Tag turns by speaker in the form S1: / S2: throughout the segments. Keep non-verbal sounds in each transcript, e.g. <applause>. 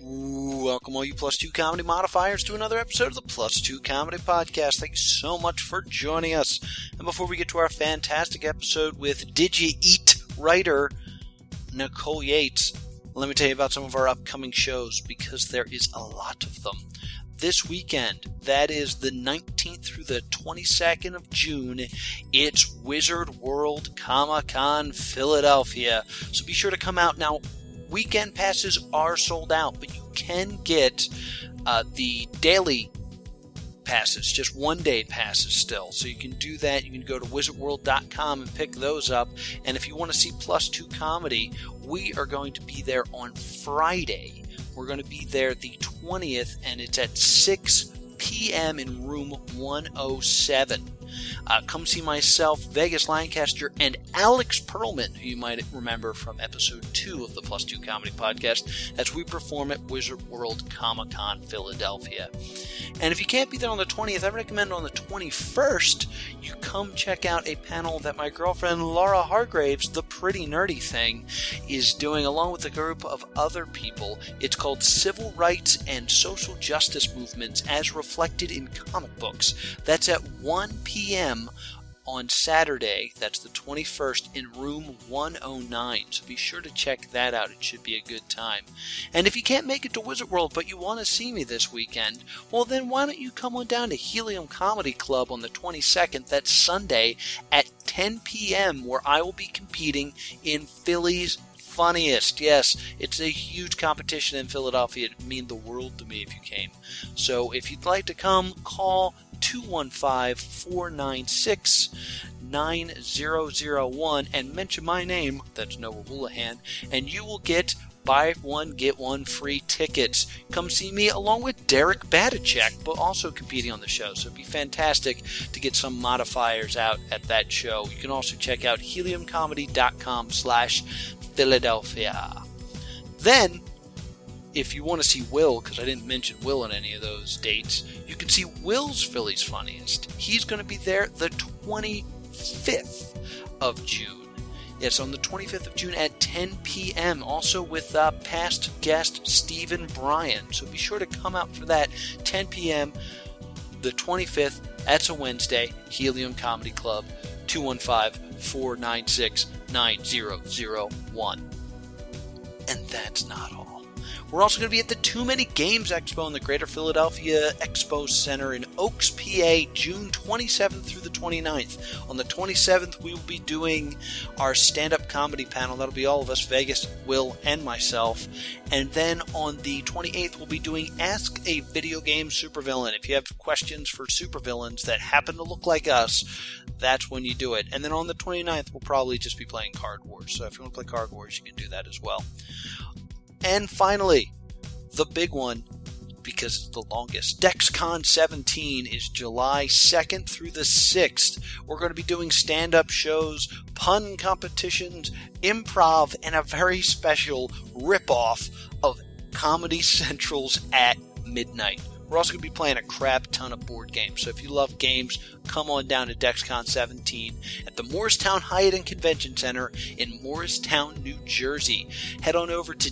S1: Welcome, all you plus two comedy modifiers, to another episode of the Plus Two Comedy Podcast. Thank you so much for joining us. And before we get to our fantastic episode with Did You Eat writer Nicole Yates, let me tell you about some of our upcoming shows because there is a lot of them. This weekend, that is the 19th through the 22nd of June, it's Wizard World Comic Con Philadelphia. So be sure to come out now weekend passes are sold out, but you can get uh, the daily passes, just one day passes still. So you can do that. You can go to wizardworld.com and pick those up. And if you want to see Plus Two Comedy, we are going to be there on Friday. We're going to be there the 20th, and it's at 6 p.m. in room 107. Uh, come see myself, Vegas Lancaster, and Alex Perlman, who you might remember from episode two of the Plus Two Comedy Podcast, as we perform at Wizard World Comic Con Philadelphia. And if you can't be there on the 20th, I recommend on the 21st you come check out a panel that my girlfriend Laura Hargraves, the pretty nerdy thing, is doing along with a group of other people. It's called Civil Rights and Social Justice Movements as Reflected in Comic Books. That's at 1 p.m. on Saturday, that's the 21st, in room 109. So be sure to check that out. It should be a good time. And if you can't make it to Wizard World but you want to see me this weekend, well, then why don't you come on down to Helium Comedy Club on the 22nd, that's Sunday, at 10 p.m., where I will be competing in Phillies funniest. Yes, it's a huge competition in Philadelphia. It'd mean the world to me if you came. So if you'd like to come, call 215 496 9001 and mention my name, that's Noah Houlihan, and you will get buy one, get one free tickets. Come see me along with Derek Batachek, but also competing on the show. So it'd be fantastic to get some modifiers out at that show. You can also check out heliumcomedy.com slash Philadelphia. Then, if you want to see Will, because I didn't mention Will on any of those dates, you can see Will's Phillies Funniest. He's going to be there the 25th of June. Yes, on the 25th of June at 10 p.m., also with uh, past guest Stephen Bryan. So be sure to come out for that 10 p.m. the 25th. That's a Wednesday, Helium Comedy Club, 215 496 9001. And that's not all. We're also going to be at the Too Many Games Expo in the Greater Philadelphia Expo Center in Oaks, PA, June 27th through the 29th. On the 27th, we will be doing our stand up comedy panel. That'll be all of us Vegas, Will, and myself. And then on the 28th, we'll be doing Ask a Video Game Supervillain. If you have questions for supervillains that happen to look like us, that's when you do it. And then on the 29th, we'll probably just be playing Card Wars. So if you want to play Card Wars, you can do that as well. And finally, the big one, because it's the longest. DexCon 17 is July 2nd through the 6th. We're going to be doing stand up shows, pun competitions, improv, and a very special ripoff of Comedy Central's At Midnight. We're also going to be playing a crap ton of board games, so if you love games, come on down to DexCon 17 at the Morristown Hyatt and Convention Center in Morristown, New Jersey. Head on over to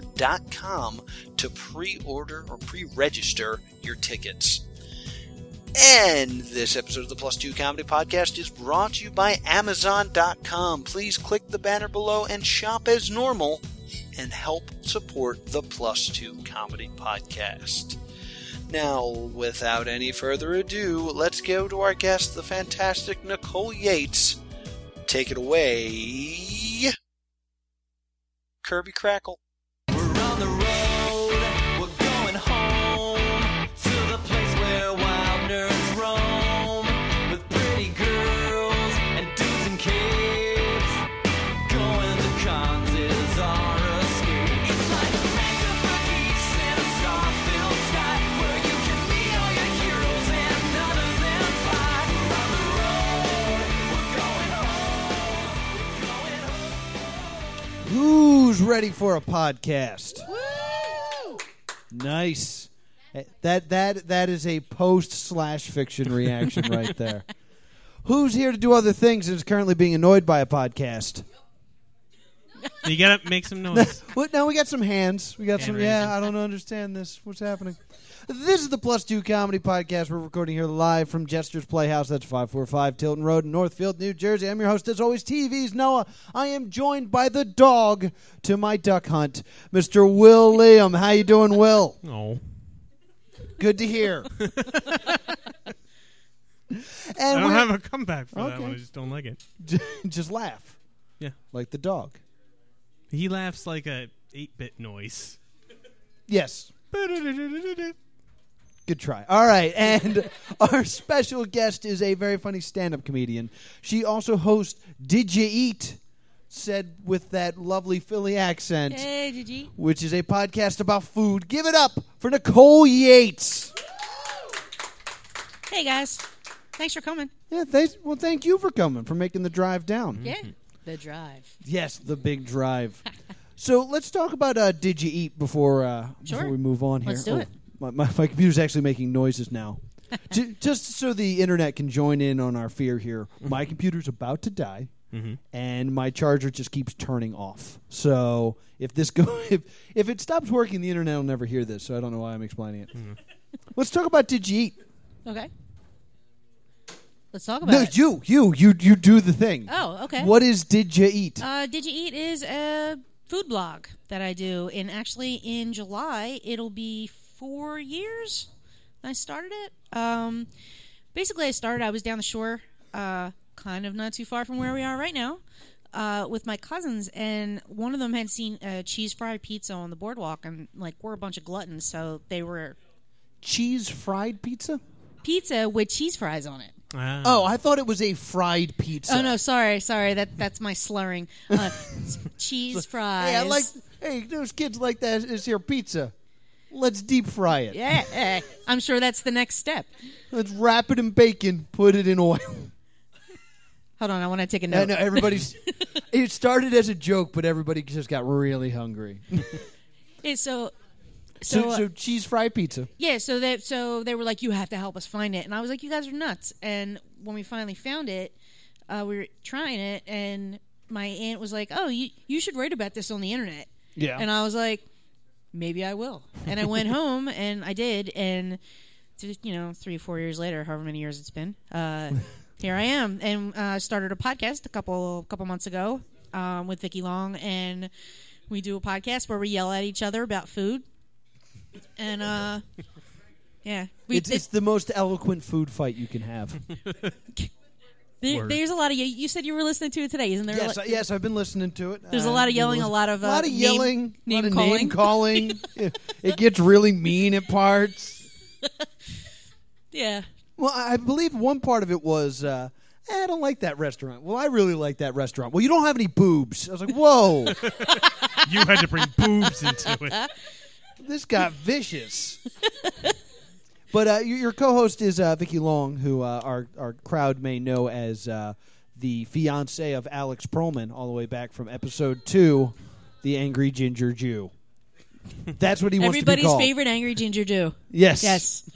S1: dexposure.com to pre order or pre register your tickets. And this episode of the Plus Two Comedy Podcast is brought to you by Amazon.com. Please click the banner below and shop as normal and help support the Plus Two Comedy Podcast. Now, without any further ado, let's go to our guest, the fantastic Nicole Yates. Take it away, Kirby Crackle.
S2: We're on the road, we're going home to the place where wild nerds roam with pretty girls and dudes in capes. Going to cons is our escape. It's like a mecca for geeks in a star-filled sky where you can meet all your heroes and none of them fly. We're on the road, we're going home, we're going home.
S3: Who's ready for a podcast? Nice. Eh, That that that is a post slash fiction reaction
S2: <laughs>
S3: right there. Who's here to do other things and is currently being annoyed by a podcast?
S4: You gotta make some
S3: <laughs>
S4: noise.
S3: What, now we got some hands. We got
S4: Hand
S3: some.
S4: raising.
S3: Yeah, I don't understand this. What's happening? This is the Plus Two Comedy Podcast. We're recording here live from Jester's Playhouse. That's 545 Tilton Road in Northfield, New Jersey. I'm your host, as always, TV's Noah. I am joined by the dog to my duck hunt, Mr. Will Liam. How you doing, Will?
S4: No.
S3: Good to
S4: <laughs>
S3: hear.
S4: I
S3: and
S4: don't
S3: we
S4: have a comeback for that
S3: Okay.
S4: one. I just don't like it.
S3: just laugh.
S4: Yeah.
S3: Like the dog.
S4: He laughs like a 8 bit noise.
S3: Yes. Good try. All right. And <laughs> our special guest is a very funny stand up comedian. She also hosts Did You Eat? Said with that lovely Philly accent,
S5: Hey, did you?
S3: which is a podcast about food. Give it up for Nicole Yates.
S5: Hey guys, thanks for coming.
S3: Yeah, thanks. Well, thank you for coming, for making the drive down.
S5: Yeah, Mm-hmm. the drive.
S3: Yes, the big drive. <laughs> so let's talk about uh, Did You Eat before, uh,
S5: Sure.
S3: before we move on here. Oh,
S5: Let's do it.
S3: My, my, my computer's actually making noises
S5: <laughs>
S3: now. Ju- Just so the internet can join in on our fear here,
S5: Mm-hmm.
S3: my computer's about to die, and my charger just keeps turning off. So if this go <laughs> if if it stops working, the internet will never hear this. So I don't know why I'm explaining it.
S5: Mm-hmm.
S3: Let's talk about Did You Eat?
S5: Okay. Let's talk about
S3: No,
S5: it.
S3: you you you you do the thing.
S5: Oh, okay.
S3: What is Did You Eat?
S5: Uh, did you eat is a food blog that I do, and actually in July it'll be four years I started it. Um, basically, I started. I was down the shore, uh, kind of not too far from where we are right now, uh, with my cousins, and one of them had seen a cheese fried pizza on the boardwalk, and like we're a bunch of gluttons, so they were
S3: Cheese fried pizza.
S5: pizza with cheese fries on it.
S4: Ah.
S3: Oh, I thought it was a fried pizza.
S5: Oh no, sorry, sorry. That that's my slurring.
S3: <laughs>
S5: Uh, cheese fries.
S3: Hey, I like. Hey, those kids like that. Is your pizza? Let's deep fry it.
S5: Yeah, eh. I'm sure that's the next step.
S3: Let's wrap it in bacon. Put it in <laughs> oil.
S5: Hold on, I want to take a
S3: I
S5: note.
S3: know <laughs> everybody's. it started as a joke, but everybody just got really hungry.
S5: Yeah, Eh, so, so,
S3: So, uh, so cheese fried pizza.
S5: yeah, so that so they were like, "You have to help us find it," and I was like, "You guys are nuts." And when we finally found it, uh, we were trying it, and my aunt was like, "Oh, you you should write about this on the internet."
S3: Yeah.
S5: And I was like, maybe I will. And I
S3: <laughs>
S5: went home and I did. And, th- you know, three, four years later, however many years it's been, uh,
S3: <laughs>
S5: here I am. And uh, started a podcast a couple couple months ago um, with Vicky Long. And we do a podcast where we yell at each other about food. And, uh, yeah. We,
S3: it's, it's the most eloquent food fight you can <laughs> have.
S5: there-
S4: Word.
S5: there's a lot of, you, you said you were listening to it today, isn't there?
S3: yes, uh,
S5: Like-
S3: I- yes, I've been listening to it.
S5: There's a
S3: Uh,
S5: lot of
S3: been
S5: yelling, a
S3: listening-
S5: lot of, uh,
S3: a lot of
S5: name-
S3: yelling, a lot
S5: name
S3: of name
S5: calling.
S3: calling. <laughs> it, it gets really mean at parts.
S5: yeah.
S3: Well, I I believe one part of it was, uh, eh, I don't like that restaurant. Well, I really like that restaurant. Well, you don't have any boobs. I was like, whoa, <laughs>
S4: You had to bring boobs into it.
S3: this
S5: <laughs>
S3: got vicious. but uh, your, your co-host is uh, Vicky Long, who uh, our our crowd may know as uh, the fiance of Alex Perlman, all the way back from episode two, the Angry Ginger Jew. That's what he wants to be
S5: Everybody's
S3: called.
S5: favorite angry ginger Jew.
S3: Yes.
S5: Yes.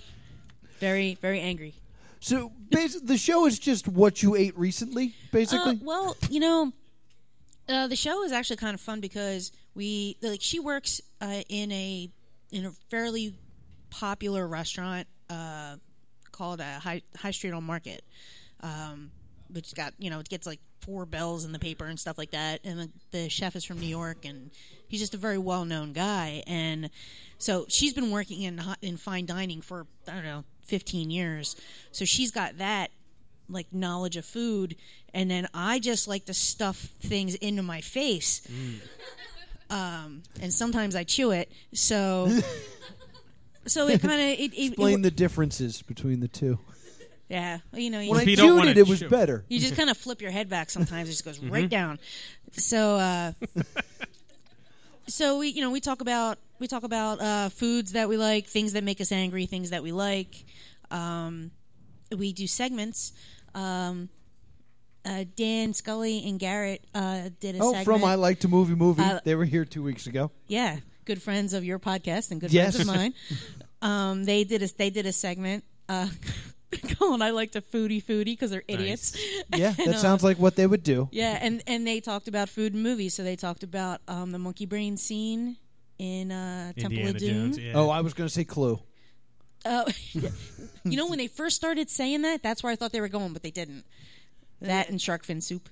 S5: Very, very angry.
S3: So basi- the show is just what you ate recently, basically.
S5: Uh, well, you know, uh, the show is actually kind of fun because we like she works uh, in a in a fairly popular restaurant uh, called uh, High High Street on Market, um, which got you know it gets like four bells in the paper and stuff like that. And the, the chef is from New York, and he's just a very well known guy. And so she's been working in hi- in fine dining for I don't know fifteen years, so she's got that like knowledge of food and then i just like to stuff things into my face
S3: Mm.
S5: um, and sometimes i chew it
S3: <laughs>
S5: so so it kind of it, it,
S3: Explain
S5: it-
S3: the differences between the two.
S5: yeah you know you,
S3: When I
S4: If you don't
S3: chewed
S4: wanna
S3: it, it was
S4: chew.
S3: better.
S5: you
S3: <laughs>
S5: just kind of flip your head back sometimes it just
S3: Mm-hmm.
S5: goes right down so uh so we you know we talk about we talk about uh foods that we like things that make us angry things that we like um we do segments um uh, Dan Scully and Garrett uh, did a
S3: Oh,
S5: segment.
S3: from I Like to Movie Movie.
S5: Uh,
S3: they were here two
S5: <laughs>
S3: weeks ago.
S5: Yeah, good friends of
S3: <laughs>
S5: your podcast and good
S3: Yes.
S5: friends of mine. Um, they did a they did a segment. Uh, <laughs> Cole and I like to foodie foodie because they're idiots.
S3: Yeah,
S5: And,
S3: that
S5: uh,
S3: sounds like what they would do.
S5: Yeah, and and they talked about food and movies. So they talked about um, the monkey brain scene in uh, Temple
S4: Indiana
S5: of Doom.
S4: Jones. Yeah.
S3: Oh, I was going to say Clue.
S5: Oh, <laughs> you know when they first started saying that, that's where I thought they were going, but they didn't. That and shark fin soup.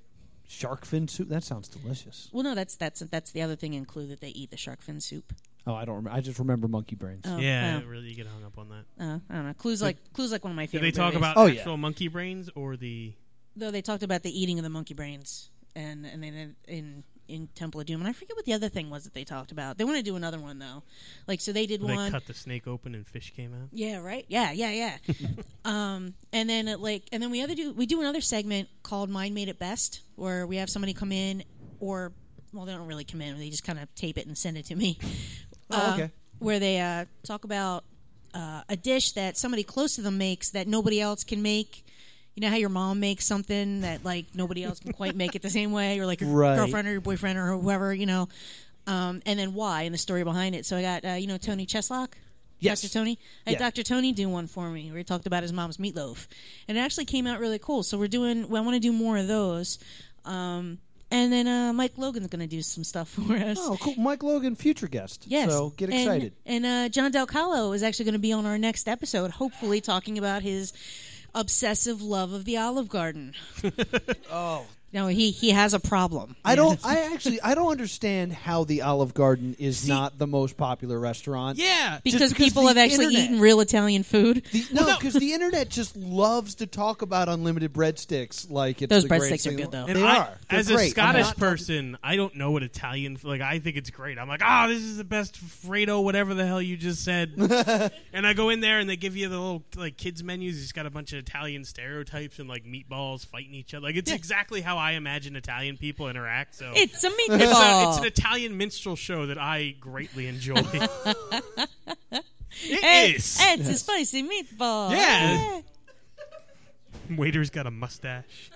S3: Shark fin soup. That sounds delicious.
S5: Well, no, that's that's that's the other thing in Clue that they eat the shark fin soup.
S3: Oh, I don't remember. I just remember monkey brains.
S5: Oh,
S4: yeah.
S5: oh,
S4: Really, you get hung up on that.
S5: oh, I don't know. Clue's like Clue's like one of my
S4: Did
S5: favorite.
S4: they talk
S5: movies.
S4: about
S3: Oh, yeah.
S4: actual monkey brains or the?
S5: Though they talked about the eating of the monkey brains, and and then in in Temple of Doom, and I forget what the other thing was that they talked about. They want to do another one though, like so they did
S4: They
S5: one.
S4: cut the snake open and fish came out.
S5: Yeah, right. Yeah, yeah,
S3: <laughs>
S5: yeah. um, and then it, like, and then we other do we do another segment called "Mine Made It Best," where we have somebody come in, or well, they don't really come in; they just kind of tape it and send it to me.
S3: <laughs> Oh,
S5: Uh,
S3: okay.
S5: where they uh, talk about uh, a dish that somebody close to them makes that nobody else can make. You know how your mom makes something that like nobody else can quite make it the same way, or like your
S3: Right.
S5: girlfriend or your boyfriend or whoever, you know. Um, and then why and the story behind it. So I got uh, you know Tony Cheslock.
S3: Yes.
S5: Dr. Tony. I had
S3: Yeah.
S5: Dr. Tony do one for me where he talked about his mom's meatloaf, and it actually came out really cool. So we're doing. Well, I want to do more of those. Um, and then uh, Mike Logan's going to do some stuff <laughs> for us.
S3: Oh, cool. Mike Logan, future guest.
S5: Yes.
S3: So get
S5: And-
S3: excited.
S5: And, uh, John Del Calo is actually going to be on our next episode, hopefully talking about his obsessive love of the Olive Garden. <laughs>
S3: oh.
S5: Now he he has a problem.
S3: I don't. I actually. I don't understand how the Olive Garden is not the most popular restaurant.
S4: Yeah.
S5: because,
S3: just because
S5: people
S3: the
S5: have actually
S3: internet-
S5: eaten real Italian food.
S3: The, no, because the internet just loves to talk about unlimited breadsticks. Like it's
S5: Those
S3: the greatest
S5: breadsticks are
S3: thing-
S5: good, though.
S3: They
S4: And I,
S3: are. They're
S4: as
S3: great.
S4: a
S3: I'm
S4: Scottish
S3: not-
S4: person, I don't know what Italian. Like I think it's great. I'm like, ah, this is the best Fredo, whatever the hell you just
S3: <laughs>
S4: said. and I go in there and they give you the little like kids menus. It's got a bunch of Italian stereotypes and like meatballs fighting each other. Like it's exactly how I imagine Italian people interact. So
S5: It's
S3: <laughs>
S5: a
S4: it's, a- it's
S5: meatball.
S4: an Italian minstrel show that I greatly enjoy. It is.
S5: it's, it's a spicy meatball.
S4: Yeah. Waiter's got a mustache.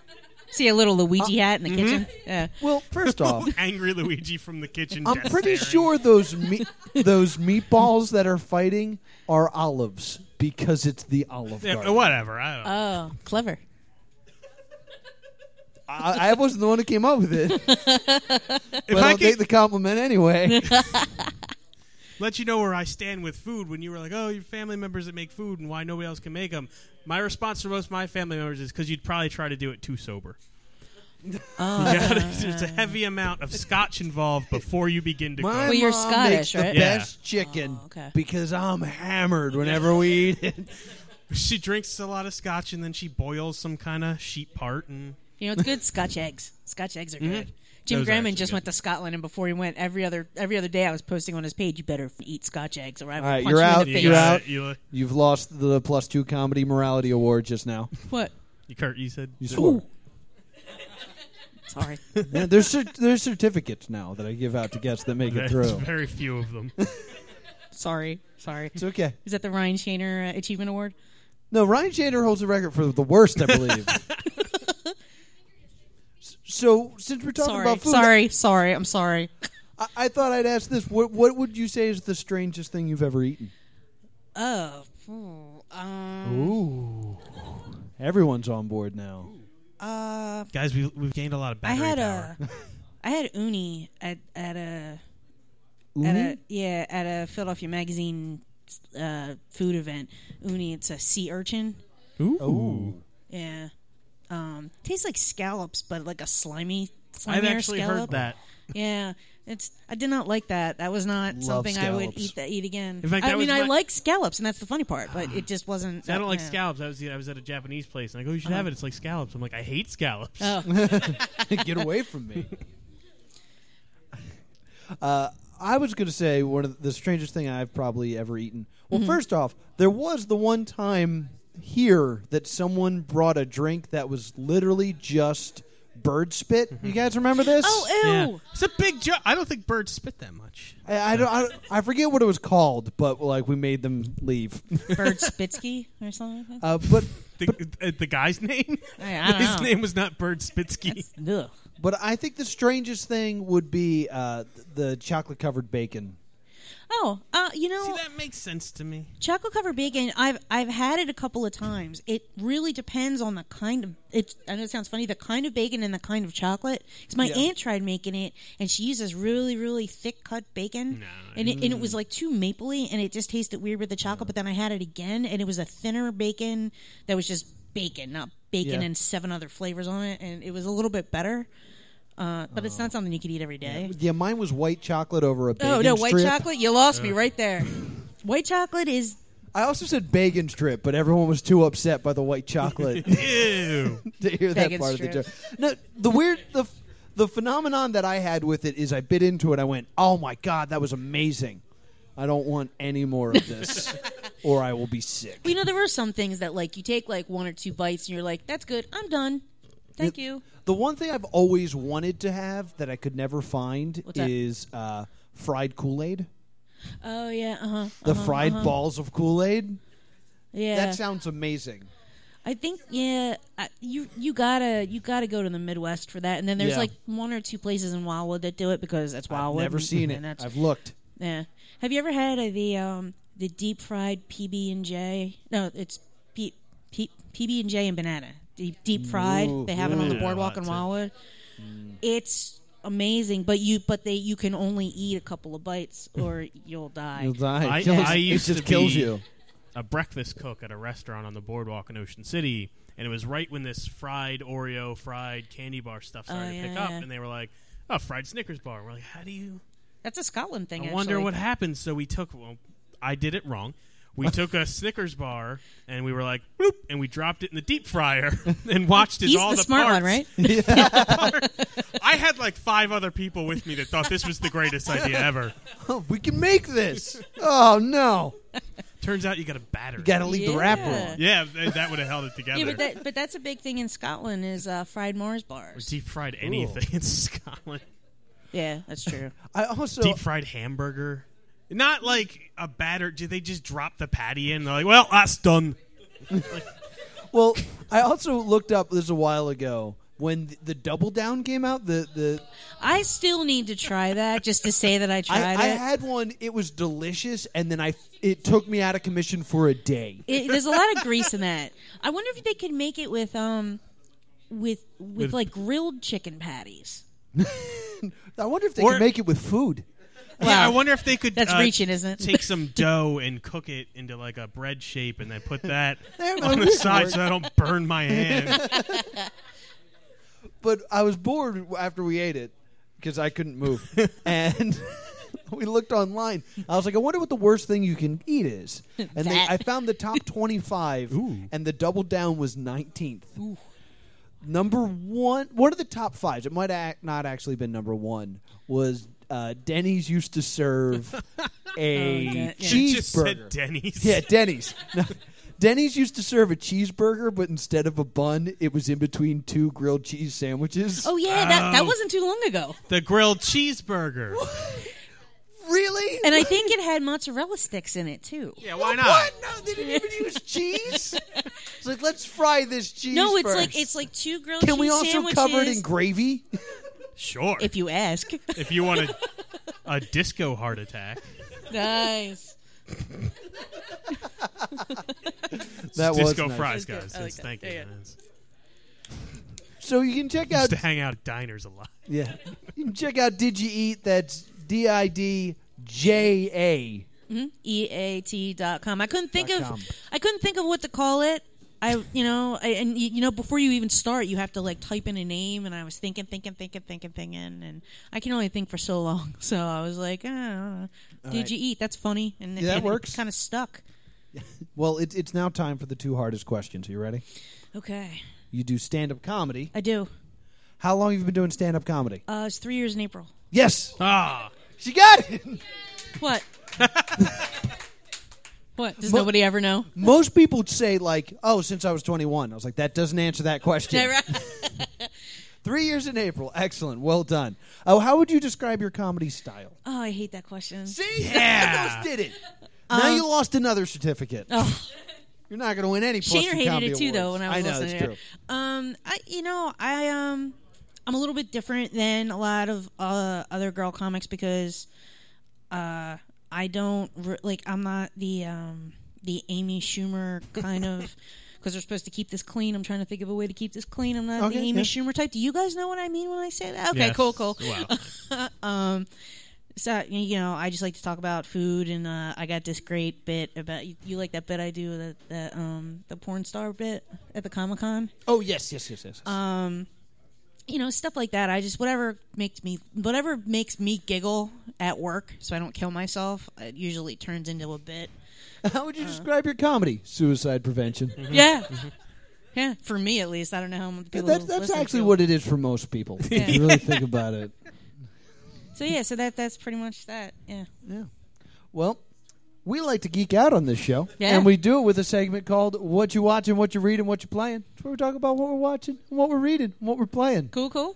S5: See a little
S3: Oh,
S5: Luigi hat in the
S3: mm-hmm.
S5: kitchen. Yeah.
S3: Well,
S4: <laughs>
S3: first off,
S4: Angry Luigi from the kitchen.
S3: I'm
S4: death
S3: pretty
S4: staring.
S3: sure those me- those meatballs that are fighting are olives because it's the Olive
S4: Yeah,
S3: Garden.
S4: whatever. I don't know.
S5: Oh, clever.
S3: I, I wasn't the one who came up with it, but
S4: if I
S3: I'll
S4: could
S3: take the
S4: <laughs>
S3: compliment anyway.
S4: let you know where I stand with food, when you were like, "Oh, your family members that make food and why nobody else can make them," my response to most of my family members is because you'd probably try to do it too sober.
S5: <laughs>
S4: <laughs>
S5: Oh.
S4: You gotta- there's a heavy amount of scotch involved before you begin to
S3: My
S5: Well, you're
S3: mom makes
S5: Scottish,
S3: the
S5: right?
S4: Yeah.
S3: best chicken
S5: Oh, okay.
S3: because I'm hammered whenever
S4: <laughs>
S3: we eat it.
S4: cook. She drinks a lot of scotch and then she boils some kind of sheep part and
S5: You know it's good? Scotch eggs. Scotch eggs
S3: Mm-hmm.
S5: are good. Jim
S4: Those are
S5: Graham
S4: actually
S5: just
S4: good.
S5: went to Scotland, and before he went, every other every other day I was posting on his page, "You better f- eat Scotch eggs, or I will
S3: All right,
S5: punch
S3: you're
S5: you in
S3: out.
S5: the
S4: you
S5: face."
S3: You're
S4: gotta-
S3: out.
S4: You, uh,
S3: You've lost the plus two comedy morality award just now.
S5: What?
S4: you, Kurt, you said
S3: You swore. <laughs>
S5: Sorry.
S3: Yeah, there's cer- there's certificates now that I give out to guests that make
S4: <laughs>
S3: it
S4: there's <laughs>
S3: through.
S4: very few of
S5: <laughs>
S4: them.
S5: Sorry. Sorry.
S3: It's okay.
S5: Is that the Ryan Shaner uh, Achievement Award?
S3: No, Ryan Shander holds the record for the worst,
S5: <laughs>
S3: I believe. S- so, since we're talking
S5: Sorry.
S3: about food,
S5: Sorry. Sorry. I'm
S3: <laughs>
S5: sorry.
S3: I, I thought I'd ask this: what What would you say is the strangest thing you've ever eaten?
S5: Oh. phew, Um,
S3: Ooh, everyone's on board now.
S5: uh,
S4: Guys, we, we've gained a lot of
S5: I
S4: battery
S5: had
S4: power.
S5: a, <laughs> I had uni at at a at
S3: Uni?
S4: Mm-hmm.
S5: a yeah at a Philadelphia magazine uh, food event. Uni, it's a sea urchin.
S4: Ooh.
S5: Yeah. Um, tastes like scallops, but like a slimy.
S4: I've
S5: slimier
S4: actually
S5: scallop.
S4: heard that.
S5: Yeah, it's. I did not like that. That was not something I would
S3: scallops.
S5: eat that eat again.
S4: In fact,
S5: I
S4: that was
S5: mean, I
S4: my-
S5: like scallops, and that's the funny part. But it just wasn't.
S4: See, I don't like
S5: yeah.
S4: scallops. I was I was at a Japanese place and I go, you should have it. It's like scallops. I'm like, I hate scallops. <laughs>
S5: Oh,
S3: <laughs>
S5: <laughs>
S3: Get away from me. uh, I was going to say one of the strangest thing I've probably ever eaten. Well,
S5: Mm-hmm.
S3: first off, there was the one time here that someone brought a drink that was literally just bird spit. You guys remember this?
S5: Mm-hmm. oh, ew.
S4: Yeah. It's a big joke. I don't think birds spit that much.
S3: I, I don't. I, don't- I forget what it was called, but like we made them leave.
S5: Bird Spitzky or something. Like that?
S3: Uh, but
S4: The, uh, the guy's name?
S5: Hey, I don't
S4: His
S5: know.
S4: name was not Bird Spitzky.
S5: Ugh.
S3: but I think the strangest thing would be uh, the chocolate covered bacon.
S5: Oh, uh, you know,
S4: See, that makes sense to me.
S5: chocolate covered bacon i've i've had it a couple of times it really depends on the kind of it i know it sounds funny the kind of bacon and the kind of chocolate because my aunt tried making it and she uses really really thick cut bacon and, it, and
S3: mm.
S5: it was like too mapley and it just tasted weird with the chocolate but then i had it again and it was a thinner bacon that was just bacon not bacon
S3: Yeah.
S5: and seven other flavors on it and it was a little bit better uh, but it's not something you could eat every day
S3: Oh. Yeah, mine was white chocolate over a bacon
S5: oh no white
S3: strip.
S5: chocolate you lost me right there white chocolate is
S3: I also said bacon strip, but everyone was too upset by the white chocolate to <laughs>
S4: Ew.
S3: hear that
S5: Bacon
S3: part of the
S5: strip.
S3: joke. No, the weird the the phenomenon that I had with it is I bit into it. I went, "Oh my god, that was amazing! I don't want any more of
S5: <laughs>
S3: this, or I will be sick."
S5: Well, you know, there are some things that like you take like one or two bites and you're like, "That's good. I'm done. Thank you."
S3: The one thing I've always wanted to have that I could never find
S5: What's that?
S3: is uh, fried Kool Aid.
S5: Oh yeah, uh huh.
S3: The fried balls of Kool Aid.
S5: Yeah,
S3: That sounds amazing.
S5: I think yeah, I, you you gotta you gotta go to the Midwest for that, and then there's
S3: Yeah.
S5: like one or two places in Wildwood that do it because that's Wildwood.
S3: Never
S5: and-
S3: seen it.
S5: and that's-
S3: I've looked.
S5: yeah. Have you ever had uh, the um the deep fried PB and J? No, it's P, P, PB and J and banana. Deep deep fried.
S3: Ooh.
S5: they have it on the
S4: Yeah, a
S5: boardwalk
S4: lot
S5: in
S4: too.
S5: Wildwood. It's amazing, but you but they you can only eat a couple of bites or you'll die.
S3: You'll die.
S4: I-
S3: It kills-
S4: I used
S3: it just
S4: to
S3: kills
S4: be-
S3: you.
S4: a breakfast cook at a restaurant on the boardwalk in Ocean City, and it was right when this fried Oreo, fried candy bar stuff started
S5: yeah,
S4: to pick up,
S5: yeah.
S4: and they were like, "Oh, fried Snickers bar." We're like, "How do you?"
S5: That's a Scotland thing.
S4: I wonder
S5: actually.
S4: what happened. So we took. Well, I did it wrong.
S5: <laughs>
S4: We took a Snickers bar and we were like, "Whoop!" and we dropped it in the deep fryer <laughs> and watched as
S5: He's
S4: all
S5: the
S4: the,
S5: smart one,
S4: parts-
S5: right? <laughs>
S4: I had like five other people with me that thought this was the greatest idea ever.
S3: Oh, we can
S5: <laughs>
S3: make this. Oh no!
S4: Turns out you got to batter. it.
S3: Gotta leave the wrapper
S5: Yeah.
S3: on.
S4: yeah, th- that would have held it together.
S5: Yeah, but that but that's a big thing in Scotland is uh, fried Mars bars.
S4: deep fried anything in Scotland.
S5: Yeah, that's true.
S3: I also
S4: deep fried hamburger. Not like a batter. Do they just drop the patty in? They're like, well, that's done.
S3: well, I also looked up this is a while ago when the, the Double Down came out. The the
S5: I still need to try that just to say that I
S3: I,
S5: tried
S3: I
S5: it.
S3: had one. It was delicious, and then I it took me out of commission for a day.
S5: it, there's a lot of grease in that. I wonder if they could make it with um with with,
S4: With-
S5: like grilled chicken patties.
S3: I wonder if they
S4: Or-
S3: could make it with food.
S4: yeah, I
S5: Wow.
S4: wonder if they could.
S5: That's
S4: uh,
S5: reaching, isn't it?
S4: take some dough and cook it into like a bread shape, and then put that
S3: There
S4: on
S3: we
S4: the
S3: go.
S4: side so I don't burn my hand.
S3: But I was bored after we ate it because I
S5: <laughs>
S3: couldn't move, and <laughs> we looked online. I was like, I wonder what the worst thing you can
S5: <laughs>
S3: eat is. And they,
S5: That.
S3: I found
S5: <laughs>
S3: the top twenty-five, and the double down was nineteenth. Number one, one of the top fives. It might act not actually been number one. Was uh, Denny's used to serve a
S5: <laughs> Oh, Den- yeah.
S4: You just said
S3: cheeseburger?
S4: Denny's.
S3: Yeah, Denny's. <laughs> No. Denny's used to serve a cheeseburger, but instead of a bun, it was in between two grilled cheese sandwiches.
S5: Oh yeah, that that wasn't too long ago.
S4: the grilled cheeseburger.
S3: really?
S5: And I think it had mozzarella sticks in it too.
S4: Yeah, why not?
S3: What? No, they didn't even use cheese. It's like let's fry this cheese.
S5: No, it's like
S3: first.
S5: it's like two grilled
S3: Can
S5: cheese
S3: we also
S5: sandwiches.
S3: cover it in gravy?
S4: Sure. If,
S5: if you ask.
S4: you want a, a disco heart attack,
S5: nice.
S3: That was
S4: disco
S3: nice.
S4: fries,
S5: That was good.
S4: guys.
S5: I like
S4: Yes,
S5: that.
S4: thank you.
S5: Yeah, yeah.
S4: man. It's-
S3: So you can check out
S4: Used to hang out at diners a lot.
S3: Yeah. You can check out Did You Eat? That's D I D J A.
S5: E eat.com. I couldn't think
S3: Dot
S5: of
S3: com.
S5: I couldn't think of what to call it. I you know I, and you, you know before you even start you have to like type in a name and I was thinking thinking thinking thinking thinking and I can only think for so long <laughs> so I was like I don't know. did
S3: right.
S5: you eat that's funny and
S3: Yeah, that works.
S5: kind of stuck
S3: Well, it, it's now time for the two hardest questions. Are you ready?
S5: okay
S3: You do stand up comedy.
S5: I do
S3: How long have you been doing stand up comedy?
S5: uh, it's three years in April
S3: Yes,
S4: Ah,
S3: she got it. <laughs>
S5: what what does
S3: Mo-
S5: nobody ever know
S3: Most people say, like, oh, since I was 21. I was like, that doesn't answer that question. Three years in April. Excellent. Well done. Oh, how would you describe your comedy style?
S5: <laughs> oh I hate that question
S3: See? <laughs>
S4: Yeah.
S3: I almost did it. now you lost another certificate.
S5: Um, oh.
S3: You're not going to win any plus
S5: Shaner
S3: two
S5: hated
S3: comedy
S5: it too, though.
S3: awards.
S5: When I was
S3: I know,
S5: listening,
S3: it's
S5: to
S3: true.
S5: it. Um, I you know I um I'm a little bit different than a lot of uh, other girl comics because uh I don't re- like. I'm not the um the Amy Schumer kind
S3: <laughs>
S5: of because they're supposed to keep this clean. I'm trying to think of a way to keep this clean. I'm not
S3: Okay,
S5: the Amy
S3: yeah.
S5: Schumer type. Do you guys know what I mean when I say that? Okay,
S4: Yes.
S5: cool, cool.
S4: <laughs> Wow.
S5: So you know, I just like to talk about food, and uh, I got this great bit about you, you. Like that bit I do that that um the porn star bit at the Comic Con.
S3: Oh yes, yes, yes, yes. yes.
S5: Uh, you know stuff like that i just whatever makes me whatever makes me giggle at work so i don't kill myself it usually turns into a bit
S3: How would you
S5: uh.
S3: describe your comedy? Suicide prevention.
S5: yeah yeah for me at least i don't know how many people
S3: That, that's
S5: listen
S3: actually
S5: to
S3: what it is for
S5: <laughs>
S3: most people. If you really think about it.
S5: so yeah so that that's pretty much that yeah
S3: Yeah. Well, we like to geek out on this show,
S5: Yeah.
S3: and we do it with a segment called "What You Watching, What You Reading, What You Playing." It's where we talk about what we're watching, and what we're reading, and what we're playing.
S5: cool cool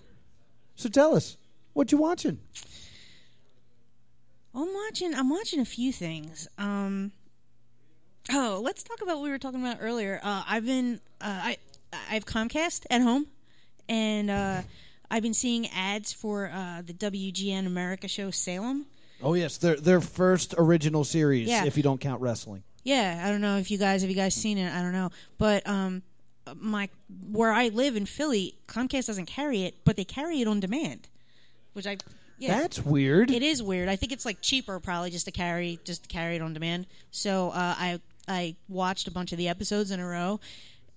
S3: So tell us, what you watching?
S5: i'm watching i'm watching a few things um oh let's talk about what we were talking about earlier uh i've been uh, i i have comcast at home and uh i've been seeing ads for uh the wgn america show salem
S3: Oh yes, their their first original series,
S5: Yeah.
S3: if you don't count wrestling.
S5: Yeah, I don't know if you guys have you guys seen it. I don't know, but um, my where I live in Philly, Comcast doesn't carry it, but they carry it on demand, which I yeah,
S3: That's
S5: <laughs>
S3: weird.
S5: it is weird. I think it's like cheaper probably just to carry just to carry it on demand. So uh, I I watched a bunch of the episodes in a row,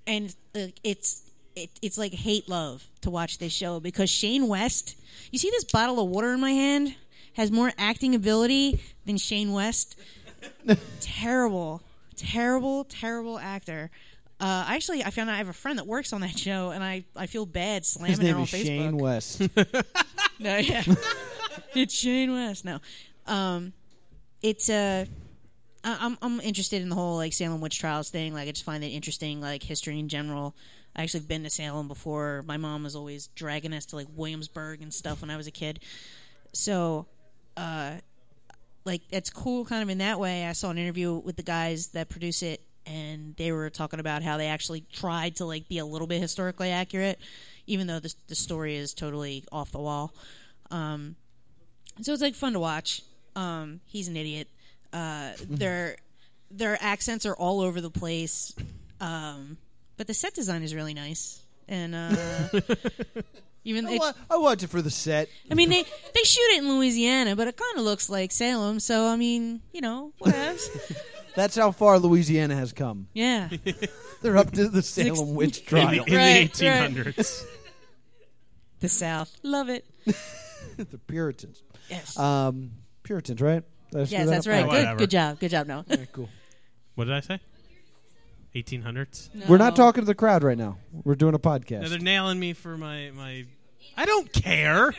S5: and uh, it's. It, it's like hate love to watch this show because Shane West, you see this bottle of water in my hand, has more acting ability than Shane
S3: <laughs>
S5: West terrible, terrible, terrible actor. Uh, actually, I found out I have a friend that works on that show, and I, I feel bad slamming
S3: His name
S5: her on
S3: is
S5: Facebook. <laughs>
S3: Shane West.
S5: No, yeah, <laughs> it's Shane West. No, um, it's uh, I- I'm I'm interested in the whole like Salem witch trials thing. Like, I just find it interesting, like history in general. I actually have been to Salem before. My mom was always dragging us to like Williamsburg and stuff when I was a kid. So, uh, like it's cool, kind of in that way. I saw an interview with the guys that produce it, and they were talking about how they actually tried to like be a little bit historically accurate, even though the the story is totally off the wall. Um, so it's like fun to watch. Um, he's an idiot. Uh, their their accents are all over the place, um, but the set design is really nice. And uh, even
S3: <laughs> I
S5: it,
S3: wa- I watch it for the set.
S5: I mean, they they shoot it in Louisiana, but it kind of looks like Salem. So I mean, you know, whatevs. <laughs>
S3: That's how far Louisiana has come.
S5: yeah,
S3: They're
S5: <laughs>
S3: up to the Salem witch
S4: in the,
S3: trial.
S4: in the
S5: Right,
S4: 1800s.
S5: the South, love it.
S3: <laughs> the Puritans.
S5: Yes,
S3: Um, Puritans, right? Did I screw
S5: yes,
S3: that
S5: that's
S3: up?
S5: right.
S4: Oh,
S5: Good,
S4: whatever.
S5: good job, good job. No,
S3: Okay, cool.
S4: What did I say? 1800s.
S3: <laughs>
S5: Oh.
S3: We're not talking to the crowd right now. We're doing
S4: No,
S3: a podcast.
S4: they're nailing me for my my. I don't care.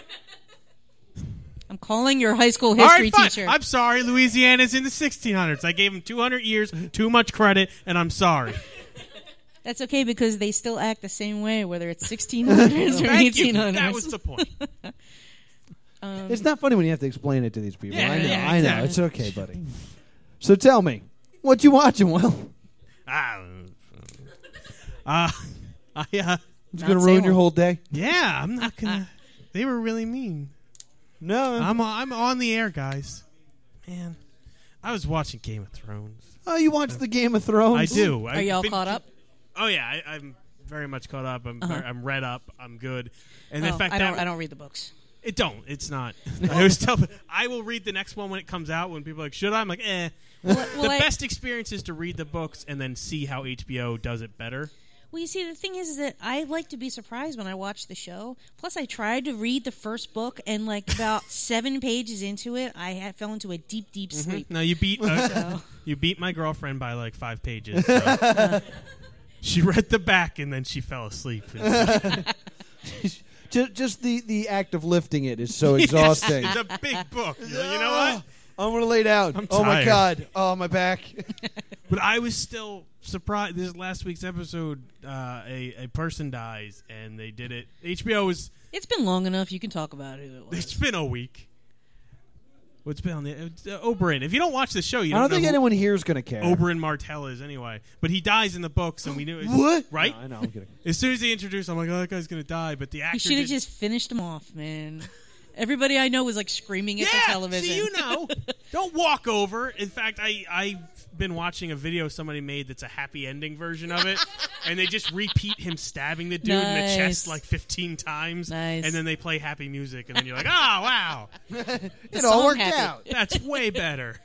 S5: I'm calling your high school
S4: All
S5: history
S4: right, fine.
S5: teacher.
S4: I'm sorry. Louisiana's in the 1600s. I gave him 200 years, too much credit, and I'm
S5: <laughs>
S4: sorry.
S5: That's okay because they still act the same way, whether it's 1600s or
S4: Thank you.
S5: 1800s.
S4: That was the point.
S3: it's not funny when you have to explain it to these people.
S4: Yeah,
S3: I know,
S4: yeah,
S3: I know.
S4: exactly.
S3: It's okay, buddy. So tell me, what you watching? Well,
S4: Ah, uh, I, uh,
S3: it's
S5: Not
S3: gonna ruin
S5: Salem.
S3: your whole day.
S4: yeah, I'm not gonna. They were really mean.
S3: No,
S4: I'm I'm on the air, guys. Man, I was watching Game of Thrones.
S3: oh, you watch the Game of Thrones?
S4: I do.
S5: Um, Are y'all caught up? Uh-huh.
S4: Oh yeah, I, I'm very much caught up. I'm ver- I'm read up. I'm good. And the
S5: Oh,
S4: fact
S5: I don't.
S4: that
S5: I don't read the books.
S4: It don't. It's not. <laughs> I always tell. I will read the next one when it comes out. When people are like, should I? I'm like, eh.
S5: Well,
S4: the
S5: well, I-
S4: best experience is to read the books and then see how HBO does it better.
S5: Well, you see, the thing is, is that I like to be surprised when I watch the show. Plus, I tried to read the first book, and like about seven pages into it, I had, fell into a deep, deep sleep.
S4: No, you beat. Uh, you beat my girlfriend by like five pages. so. she read the back and then she fell asleep. It's,
S3: Just, just the the act of lifting it
S4: <laughs>
S3: is so exhausting.
S4: it's a big book. You're like, you know what?
S3: <gasps> I'm gonna lay down.
S4: I'm
S3: oh my
S4: tired.
S3: god. Oh my back.
S4: <laughs> But I was still surprised. This last week's episode, uh, a a person dies and they did it. HBO was.
S5: It's been long enough; you can talk about who it was.
S4: It's been a week. What's been on the uh, Oberyn? If you don't watch the show, you
S3: I
S4: don't,
S3: don't think
S4: know
S3: anyone here is gonna care.
S4: who Oberyn Martell is anyway. But he dies in the books, and we knew it.
S3: What?
S4: <laughs> Right?
S3: No, I know. I'm kidding.
S4: As soon as they introduced, him, I'm like, oh, that guy's gonna die. But the actor
S5: You should have
S4: did-
S5: just finished them off, man. Everybody I know was like screaming at the
S4: yeah,
S5: television.
S4: so you know. Don't walk over. In fact, I I've been watching a video somebody made that's a happy ending version of
S5: <laughs>
S4: it, and they just repeat him stabbing the dude in the chest
S5: Nice.
S4: like 15 times,
S5: Nice.
S4: and then they play happy music, and then you're like, oh wow,
S3: it
S5: song
S3: all worked
S5: happy.
S3: out.
S4: that's way better.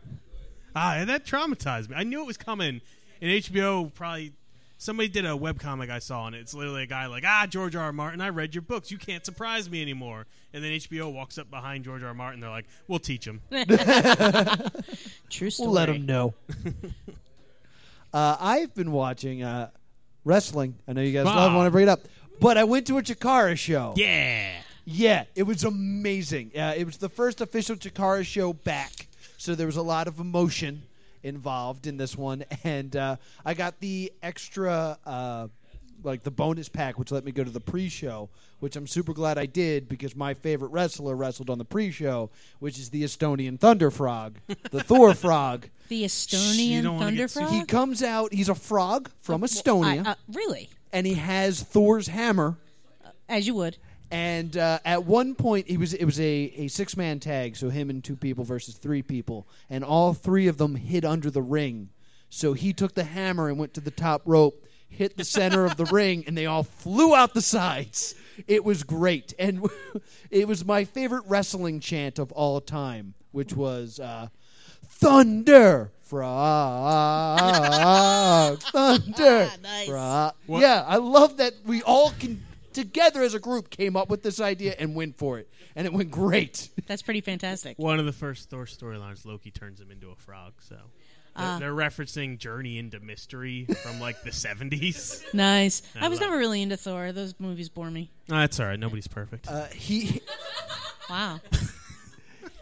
S4: <laughs> Ah, that traumatized me. I knew it was coming, and HBO probably. Somebody did a webcomic I saw, and it's literally a guy like, ah, George R. R. Martin, I read your books. You can't surprise me anymore. And then HBO walks up behind George R. R. Martin. They're like, we'll teach him.
S5: <laughs> True story.
S3: We'll let
S4: <laughs>
S3: him know. uh, I've been watching uh, wrestling. I know you guys
S4: Wow.
S3: love want to bring it up, but I went to a Chikara show.
S4: <laughs> Yeah.
S3: Yeah, it was amazing. Uh, it was the first official Chikara show back, so there was a lot of emotion involved in this one, <laughs> and uh, I got the extra, uh, like the bonus pack, which let me go to the pre-show, which I'm super glad I did because my favorite wrestler wrestled on the pre-show, which is the Estonian Thunder Frog,
S5: <laughs>
S3: the Thor Frog.
S5: The
S4: You
S5: Estonian
S4: don't wanna get
S5: Thunderfrog.
S3: He comes out. He's a frog from Estonia,
S5: I- uh, really,
S3: and he has Thor's hammer.
S5: as you would.
S3: And uh, at one point, he was it was a, a six man tag, so him and two people versus three people, and all three of them hid under the ring. So he took the hammer and went to the top rope, hit the center of the ring, and they all flew out the sides. It was great, and <laughs> it was my favorite wrestling chant of all time, which was uh, "Thunder." Frog, thunder,
S5: Nice.
S3: frog. Yeah, I love that we all can together as a group came up with this idea and went for it, and it went great.
S5: That's pretty fantastic.
S4: One of the first Thor storylines, Loki turns him into a frog. So they're, they're referencing Journey into Mystery from like the 70s.
S5: Nice. I, was
S4: love
S5: never really into Thor. Those movies bore me.
S4: No, <laughs> that's all right. Nobody's perfect.
S3: Uh, he,
S5: Wow.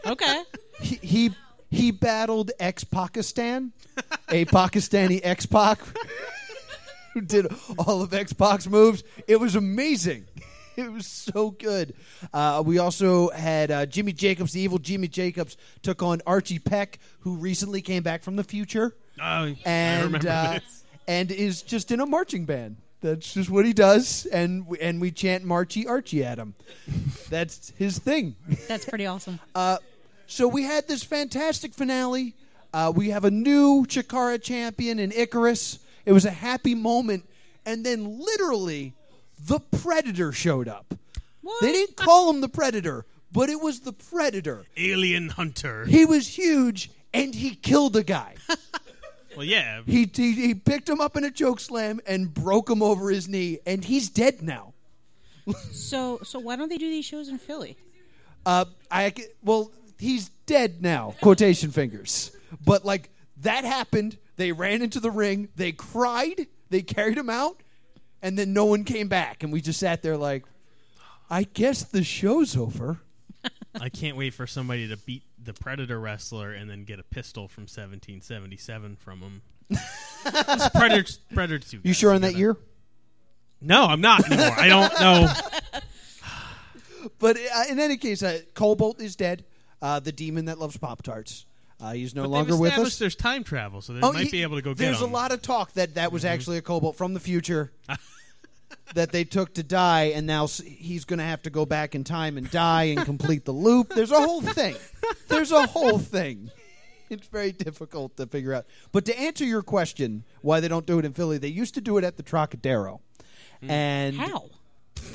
S5: okay.
S3: he he he battled ex Pakistan, a Pakistani ex Pac who did all of X Pac's moves. It was amazing. <laughs> It was so good. Uh, we also had uh, Jimmy Jacobs, the evil Jimmy Jacobs, took on Archie Peck, who recently came back from the future.
S4: oh, I
S3: and
S4: remember
S3: uh,
S4: this.
S3: and is just in a marching band. That's just what he does, and w- and we chant "Marchie Archie" at him. That's his thing.
S5: That's pretty awesome.
S3: Uh, So we had this fantastic finale. Uh, we have a new Chikara champion in Icarus. It was a happy moment, and then literally, the Predator showed up.
S5: What?
S3: They didn't call him the Predator, but it was the Predator.
S4: Alien Hunter.
S3: He was huge, and he killed a guy.
S4: Well, yeah.
S3: He, he he picked him up in a choke slam and broke him over his knee, and he's dead now.
S5: so, so why don't they do these shows in Philly?
S3: Uh, I c- well, he's dead now. Quotation fingers. But like that happened. They ran into the ring. They cried. They carried him out, and then no one came back. And we just sat there like, I guess the show's over.
S4: I can't wait for somebody to beat the Predator wrestler and then get a pistol from 1777 from him. It's Predator, Predator 2.
S3: You sure on that year?
S4: No, I'm not anymore. I don't know.
S3: But uh, in any case, uh, Cobalt is dead. Uh, the demon that loves Pop Tarts. Uh, he's no longer
S4: They've
S3: with
S4: established
S3: us.
S4: There's time travel, so they
S3: Oh,
S4: might
S3: he-
S4: be able to go get
S3: There's a
S4: him. Mm-hmm.
S3: lot of talk that that was actually a cobalt from
S4: <laughs>
S3: the future that they took to die, and now s- he's going to have to go back in time and die and complete the loop. There's a whole thing. There's a whole thing. It's very difficult to figure out. But to answer your question, why they don't do it in Philly, they used to do it at the Trocadero,
S4: Hmm.
S3: and
S5: How?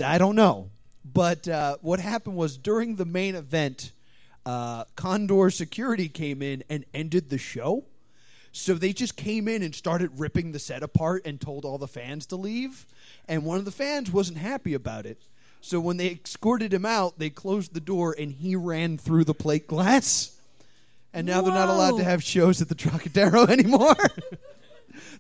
S3: I don't know. But uh, what happened was during the main event, uh, Condor Security came in and ended the show. So they just came in and started ripping the set apart and told all the fans to leave. And one of the fans wasn't happy about it. So when they escorted him out, they closed the door and he ran through the plate glass. And now they're not allowed to
S5: Whoa.
S3: have shows at the Trocadero <laughs> anymore.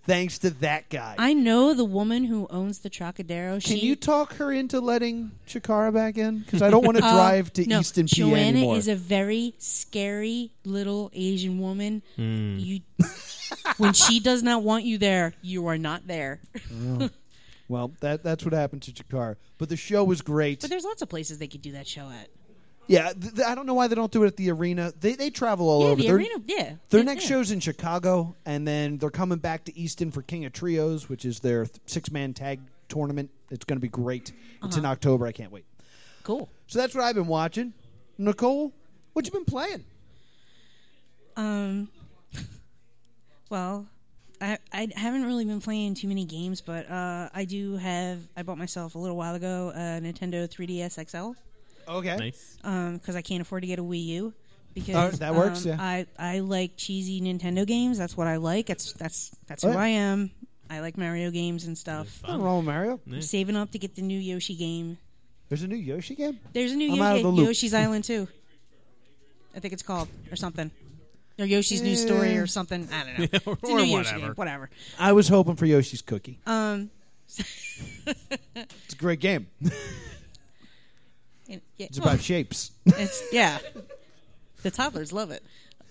S3: Thanks to that guy.
S5: I know the woman who owns the Trocadero.
S3: Can
S5: she,
S3: you talk her into letting Chikara back in? Because I don't want to
S5: <laughs> Uh,
S3: drive to
S5: no,
S3: Easton, PA
S5: Joanna
S3: anymore.
S5: is a very scary little Asian woman.
S3: Hmm. <laughs>
S5: You, when she does not want you there, you are not there.
S3: well, that that's what happened to Chikara. But the show was great.
S5: But there's lots of places they could do that show at.
S3: Yeah, th- th- I don't know why they don't do it at the arena. They they travel all
S5: yeah,
S3: over.
S5: the
S3: They're-
S5: arena. Yeah,
S3: Oh, Their
S5: yeah,
S3: next
S5: yeah.
S3: show's in Chicago, and then they're coming back to Easton for King of Trios,
S5: Uh-huh.
S3: which is their th- six man tag tournament. It's going to be great. It's in October. I can't wait.
S5: Cool.
S3: So that's what I've been watching. Nicole, what you been playing?
S5: Um, well, I, I haven't really been playing too many games, but uh, I do have. I bought myself a little while ago a Nintendo 3DS XL
S3: Okay.
S6: Nice.
S5: because um, I can't afford to get a Wii U.
S3: Oh,
S5: Because
S3: that works,
S5: um,
S3: yeah.
S5: I, I like cheesy Nintendo games. That's what I like. That's that's that's
S3: Oh,
S5: who
S3: yeah.
S5: I am. I like Mario games and stuff.
S3: Nothing wrong with Mario.
S5: I'm saving up to get the new Yoshi game.
S3: There's a new Yoshi game.
S5: There's a new
S3: I'm out of
S5: Yoshi,
S3: the loop. <laughs>
S5: Yoshi's Island too. I think it's called or something. Or Yoshi's new story or something. I don't know.
S4: <laughs>
S5: It's a
S4: Or
S5: new Yoshi
S4: whatever.
S5: game. Whatever.
S3: I was hoping for Yoshi's Cookie.
S5: Um,
S3: It's a great game. <laughs>
S5: and- yeah,
S3: It's
S5: well,
S3: about shapes.
S5: it's- yeah. The toddlers love it.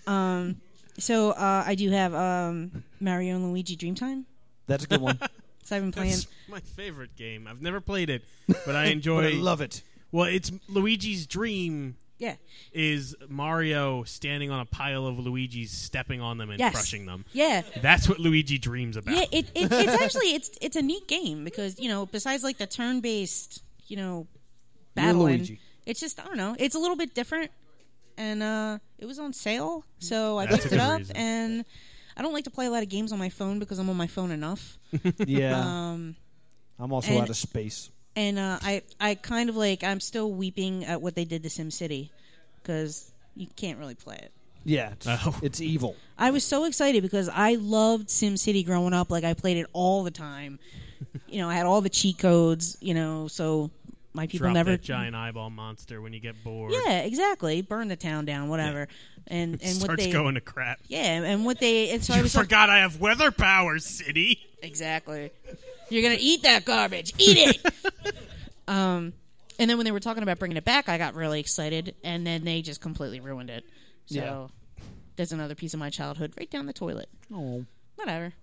S5: Um, so uh, I do have um, Mario and Luigi Dreamtime.
S3: That's a good <laughs> one.
S5: So I've been playing.
S4: That's my favorite game. I've never played it, but
S3: <laughs>
S4: I enjoy.
S3: I love it.
S4: Well, it's Luigi's dream
S5: Yeah.
S4: is Mario standing on a pile of Luigi's, stepping on them and
S5: Yes.
S4: crushing them.
S5: Yeah.
S4: That's what Luigi dreams about.
S5: Yeah, it, it, it's actually it's it's a neat game because you know besides like the turn based you know battling,
S3: Luigi.
S5: it's just I don't know it's a little bit different, and uh, it was on sale, so I
S4: That's a
S5: picked
S4: good
S5: it up.
S4: reason.
S5: And I don't like to play a lot of games on my phone because I'm on my phone enough,
S3: Yeah. I'm also
S5: and-
S3: out of space.
S5: and uh, I I kind of like I'm still weeping at what they did to SimCity because you can't really play it.
S3: Yeah. It's,
S4: Oh.
S3: it's <laughs> evil.
S5: I was so excited because I loved SimCity growing up. Like I played it all the
S4: <laughs>
S5: time. You know, I had all the cheat codes. You know, so my people
S4: Drop
S5: never.
S4: that giant eyeball monster when you get bored. <laughs>
S5: yeah, exactly. Burn the town down, whatever. And and what
S4: starts
S5: they
S4: going to
S5: <laughs>
S4: crap.
S5: yeah, and what they and so I
S4: You
S5: was like-
S4: forgot I have weather power, city.
S5: exactly. You're gonna eat that garbage. Eat it. um,
S4: <laughs>
S5: and then when they were talking about bringing it back, I got really excited, and then they just completely ruined it. So
S3: Yeah.
S5: there's another piece of my childhood right down the toilet.
S3: Oh.
S5: Whatever.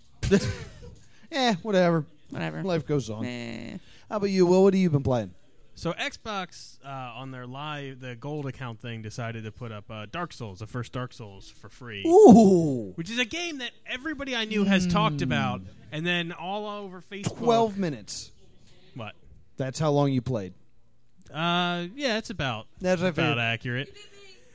S3: Eh, whatever.
S5: Whatever.
S3: Life goes on.
S5: Eh.
S3: How about you, Will? What have you been playing?
S4: So Xbox uh, on their live the gold account thing decided to put up uh, Dark Souls, the first Dark Souls, for free,
S3: Ooh.
S4: which is a game that everybody I knew has talked about,
S5: Hmm.
S4: and then all over Facebook.
S3: 12 minutes.
S4: What?
S3: That's how long you played.
S4: Uh, yeah, it's about
S3: That's what I
S4: about
S3: figured.
S4: accurate.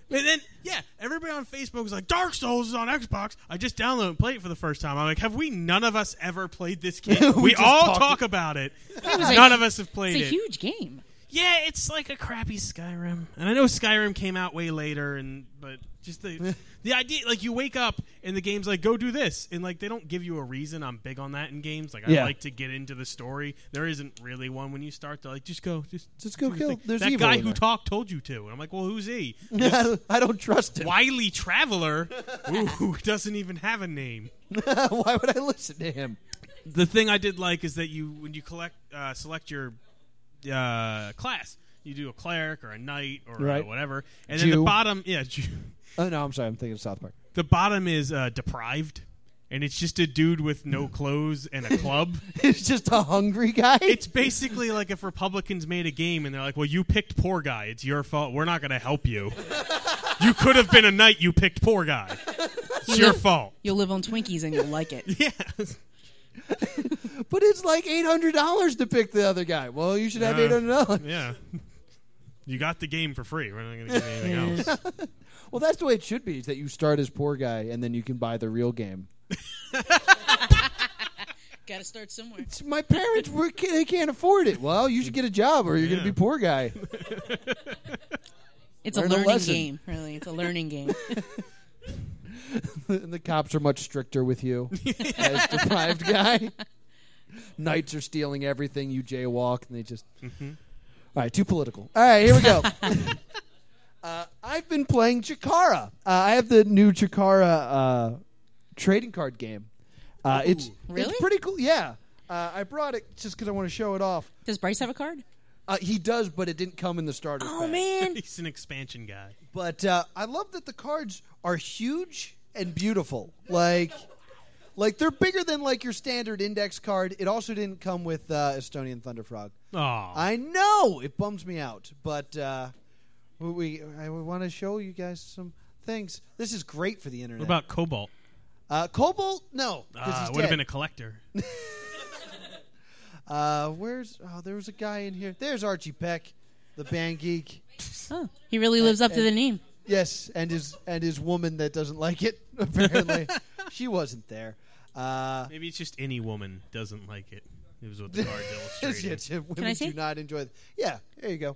S4: And then yeah, everybody on Facebook was like, "Dark Souls is on Xbox." I just downloaded and played it for the first time. I'm like, "Have we? None of us ever played this game. we
S3: just
S4: all
S3: talked-
S4: talk about it.
S5: like-
S4: none of us have played
S5: It's a
S4: it.
S5: huge game.
S4: Yeah, it's like a crappy Skyrim, and I know Skyrim came out way later, and but just the the idea, like you wake up and the game's like, go do this, and like they don't give you a reason. I'm big on that in games. Like I
S3: Yeah.
S4: like to get into the story. There isn't really one when you start. to like, just go, just
S3: Just go
S4: do your
S3: kill-
S4: thing.
S3: there's
S4: that
S3: evil
S4: guy
S3: in
S4: who
S3: there.
S4: talked told you to, and I'm like, well, who's
S3: <laughs>
S4: he?
S3: I don't trust him.
S4: Wiley Traveler, Ooh, who doesn't even have a name.
S3: <laughs> Why would I listen to him?
S4: the thing I did like is that you when you collect uh, select your uh, class, you do a cleric or a knight or uh,
S3: Right.
S4: whatever, and then
S3: Jew.
S4: the bottom, yeah, <laughs> Jew.
S3: Oh, no, I'm sorry. I'm thinking of South <laughs> Park.
S4: the bottom is uh, deprived, and it's just a dude with
S3: <laughs>
S4: no clothes and a club.
S3: It's just a hungry guy.
S4: it's basically like if Republicans made a game and they're like, "Well, you picked poor guy. It's your fault. We're not going to help
S3: <laughs>
S4: you. you could have been a knight. You picked poor guy. It's your
S3: <laughs>
S4: fault."
S5: You'll live on Twinkies and you'll like <laughs> it.
S4: Yeah.
S3: but it's like $800 to pick the other guy. Well, you should have
S4: Yeah.
S3: $800.
S4: Yeah. You got the game for free. We're not going to give you
S3: <laughs>
S4: anything else.
S3: Well, that's the way it should be. Is that you start as poor guy and then you can buy the real game.
S5: Got to start somewhere.
S3: It's- My parents were they can't afford it. Well, you should get a job or you're going
S4: Yeah.
S3: to be poor guy. <laughs>
S5: It's a
S3: Learn a
S5: learning
S3: lesson.
S5: game, really. It's a learning game. <laughs>
S3: and the cops are much stricter with you as deprived guy. Knights are stealing everything. You jaywalk, and they just. All right, too political. All right, here we go. <laughs> uh, I've been playing Chikara. Uh, I have the new Chikara uh, trading card game. Uh, it's
S5: Really?
S3: it's pretty cool. Yeah, uh, I brought it just because I want to show it off.
S5: Does Bryce have a card?
S3: Uh, he does, but it didn't come in the starter.
S5: Oh
S4: <laughs>
S5: man,
S4: He's an expansion guy.
S3: But uh, I love that the cards are huge and beautiful. Like, like they're bigger than like your standard index card. It also didn't come with uh, Estonian Thunderfrog.
S4: Oh,
S3: I know it bums me out, but uh, we- we I want to show you guys some things. This is great for the internet.
S4: what about Cobalt?
S3: uh, Cobalt? No, 'cause
S4: Uh,
S3: he's
S4: would have
S3: dead.
S4: been a collector.
S3: Uh, where's? Oh, there was a guy in here. There's Archie Peck. the band geek.
S5: Oh, he really lives up to the name.
S3: Yes, and his and his woman that doesn't like it <laughs> apparently. she wasn't there. Uh,
S4: Maybe it's just any woman doesn't like it. It was what
S3: <laughs>
S4: the cards illustrated.
S3: yes, yes, women
S5: I see?
S3: do not enjoy. It. Yeah, there you go.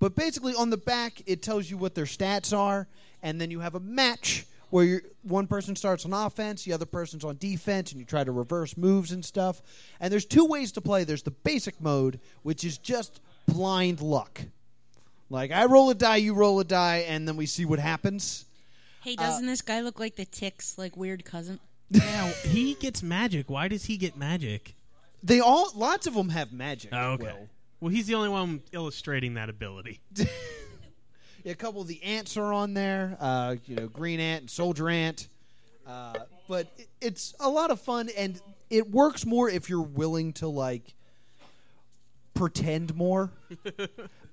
S3: But basically, on the back, it tells you what their stats are, and then you have a match where you're, one person starts on offense, the other person's on defense, and you try to reverse moves and stuff. And there's two ways to play. There's the basic mode, which is just blind luck. Like I roll a die, you roll a die, and then we see what happens.
S5: Hey, doesn't this guy look like the ticks, like weird cousin?
S4: Yeah, he gets magic. Why does he get magic?
S3: They all, lots of them have magic.
S4: Oh, okay.
S3: Will.
S4: Well. he's the only one illustrating that ability.
S3: a couple of the ants are on there. Uh, you know, green ant and soldier ant. Uh, but it, it's a lot of fun, and it works more if you're willing to like pretend more.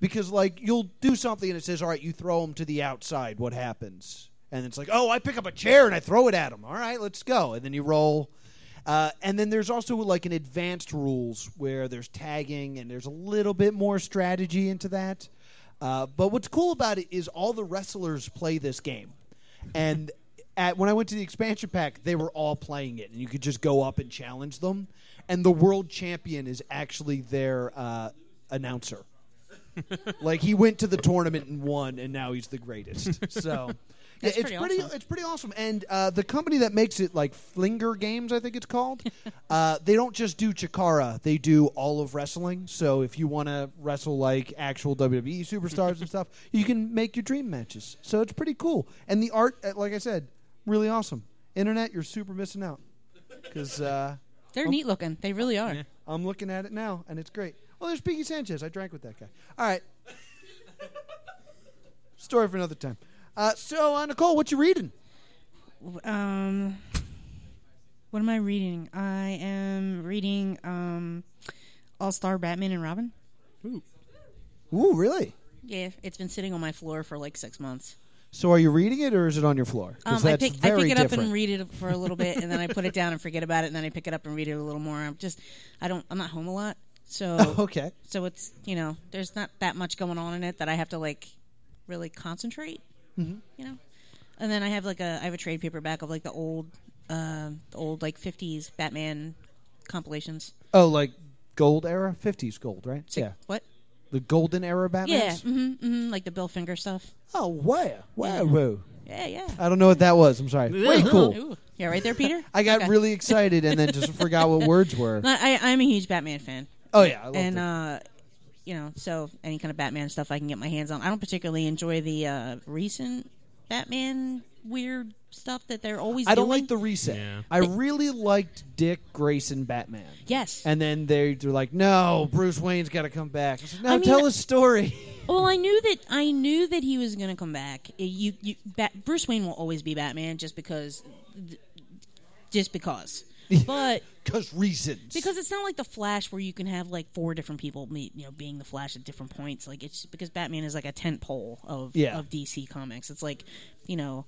S3: because like you'll do something and it says, "All right, you throw them to the outside. What happens?" And it's like, "Oh, I pick up a chair and I throw it at them. All right, let's go." And then you roll. Uh, and then there's also like an advanced rules where there's tagging and there's a little bit more strategy into that. Uh, but what's cool about it is all the wrestlers play this game, and at when I went to the expansion pack, they were all playing it, and you could just go up and challenge them. And the world champion is actually their uh, announcer. Like he went to the tournament and won, and now he's
S5: <laughs>
S3: the greatest. So yeah, it's
S5: pretty
S3: pretty,
S5: awesome.
S3: it's pretty awesome. And uh, the company that makes it, like Flinger Games, I think
S5: <laughs>
S3: it's called. uh, they don't just do Chikara; they do all of wrestling. So if you want to wrestle like actual WWE
S5: <laughs>
S3: superstars and stuff, you can make your dream matches. So it's pretty cool. And the art, uh, like I said, really awesome. Internet, you're super missing out because. Uh,
S5: They're neat looking. They really are.
S3: I'm looking at it now, and it's great. Oh, there's Piggy Sanchez. I drank with that guy. All right. Story for another time. Uh, so, uh, Nicole, what you reading?
S5: Um, what am I reading? I am reading um, All Star Batman and Robin.
S3: Ooh, really?
S5: Yeah, it's been sitting on my floor for like six months.
S3: So, are you reading it, or is it on your floor?
S5: Um,
S3: 'Cause
S5: I
S3: that's
S5: pick I
S3: very
S5: pick it up
S3: different.
S5: and read it for a little bit, and then I put it down and forget about it, and then I pick it up and read it a little more. I'm just I don't I'm not home a lot,
S3: <laughs>
S5: so
S3: Oh, Okay.
S5: so it's you know there's not that much going on in it that I have to like really concentrate,
S3: Mm-hmm.
S5: you know. And then I have like a I have a trade paperback of like the old uh, the old like 50s Batman compilations.
S3: Oh, like gold era, 50s gold, right?
S5: It's like,
S3: yeah, Oh,
S5: What?
S3: the golden era
S5: Yeah.
S3: Batman's.
S5: hmm hmm like the Bill Finger stuff.
S3: Oh, wow, wow, whoa.
S5: Yeah, yeah.
S3: I don't know what that was.
S5: <laughs>
S3: I'm sorry. Way Uh, cool.
S5: Ooh. Yeah, right there, Peter.
S3: <laughs> I got
S5: Okay.
S3: really excited and then just forgot what words were.
S5: <laughs> I, I- I'm a huge Batman fan.
S3: Oh yeah, I love
S5: and
S3: that.
S5: uh you know so any kind of batman stuff i can get my hands on i don't particularly enjoy the uh recent batman weird stuff that they're always
S3: I don't
S5: doing.
S3: like the reset.
S4: Yeah.
S3: I really liked Dick Grayson Batman.
S5: yes
S3: And then they, they're like, no, Bruce Wayne's got to come back. I said, no,
S5: I mean-
S3: tell his story. <laughs>
S5: well i knew that i knew that he was going to come back you, you Bat- bruce wayne will always be batman just because just
S3: <laughs>
S5: because but
S3: Because reasons.
S5: because it's not like the Flash where you can have like four different people, meet, you know, being the Flash at different points. Like it's because Batman is like a tent pole of
S3: Yeah.
S5: of DC comics. It's like, you know,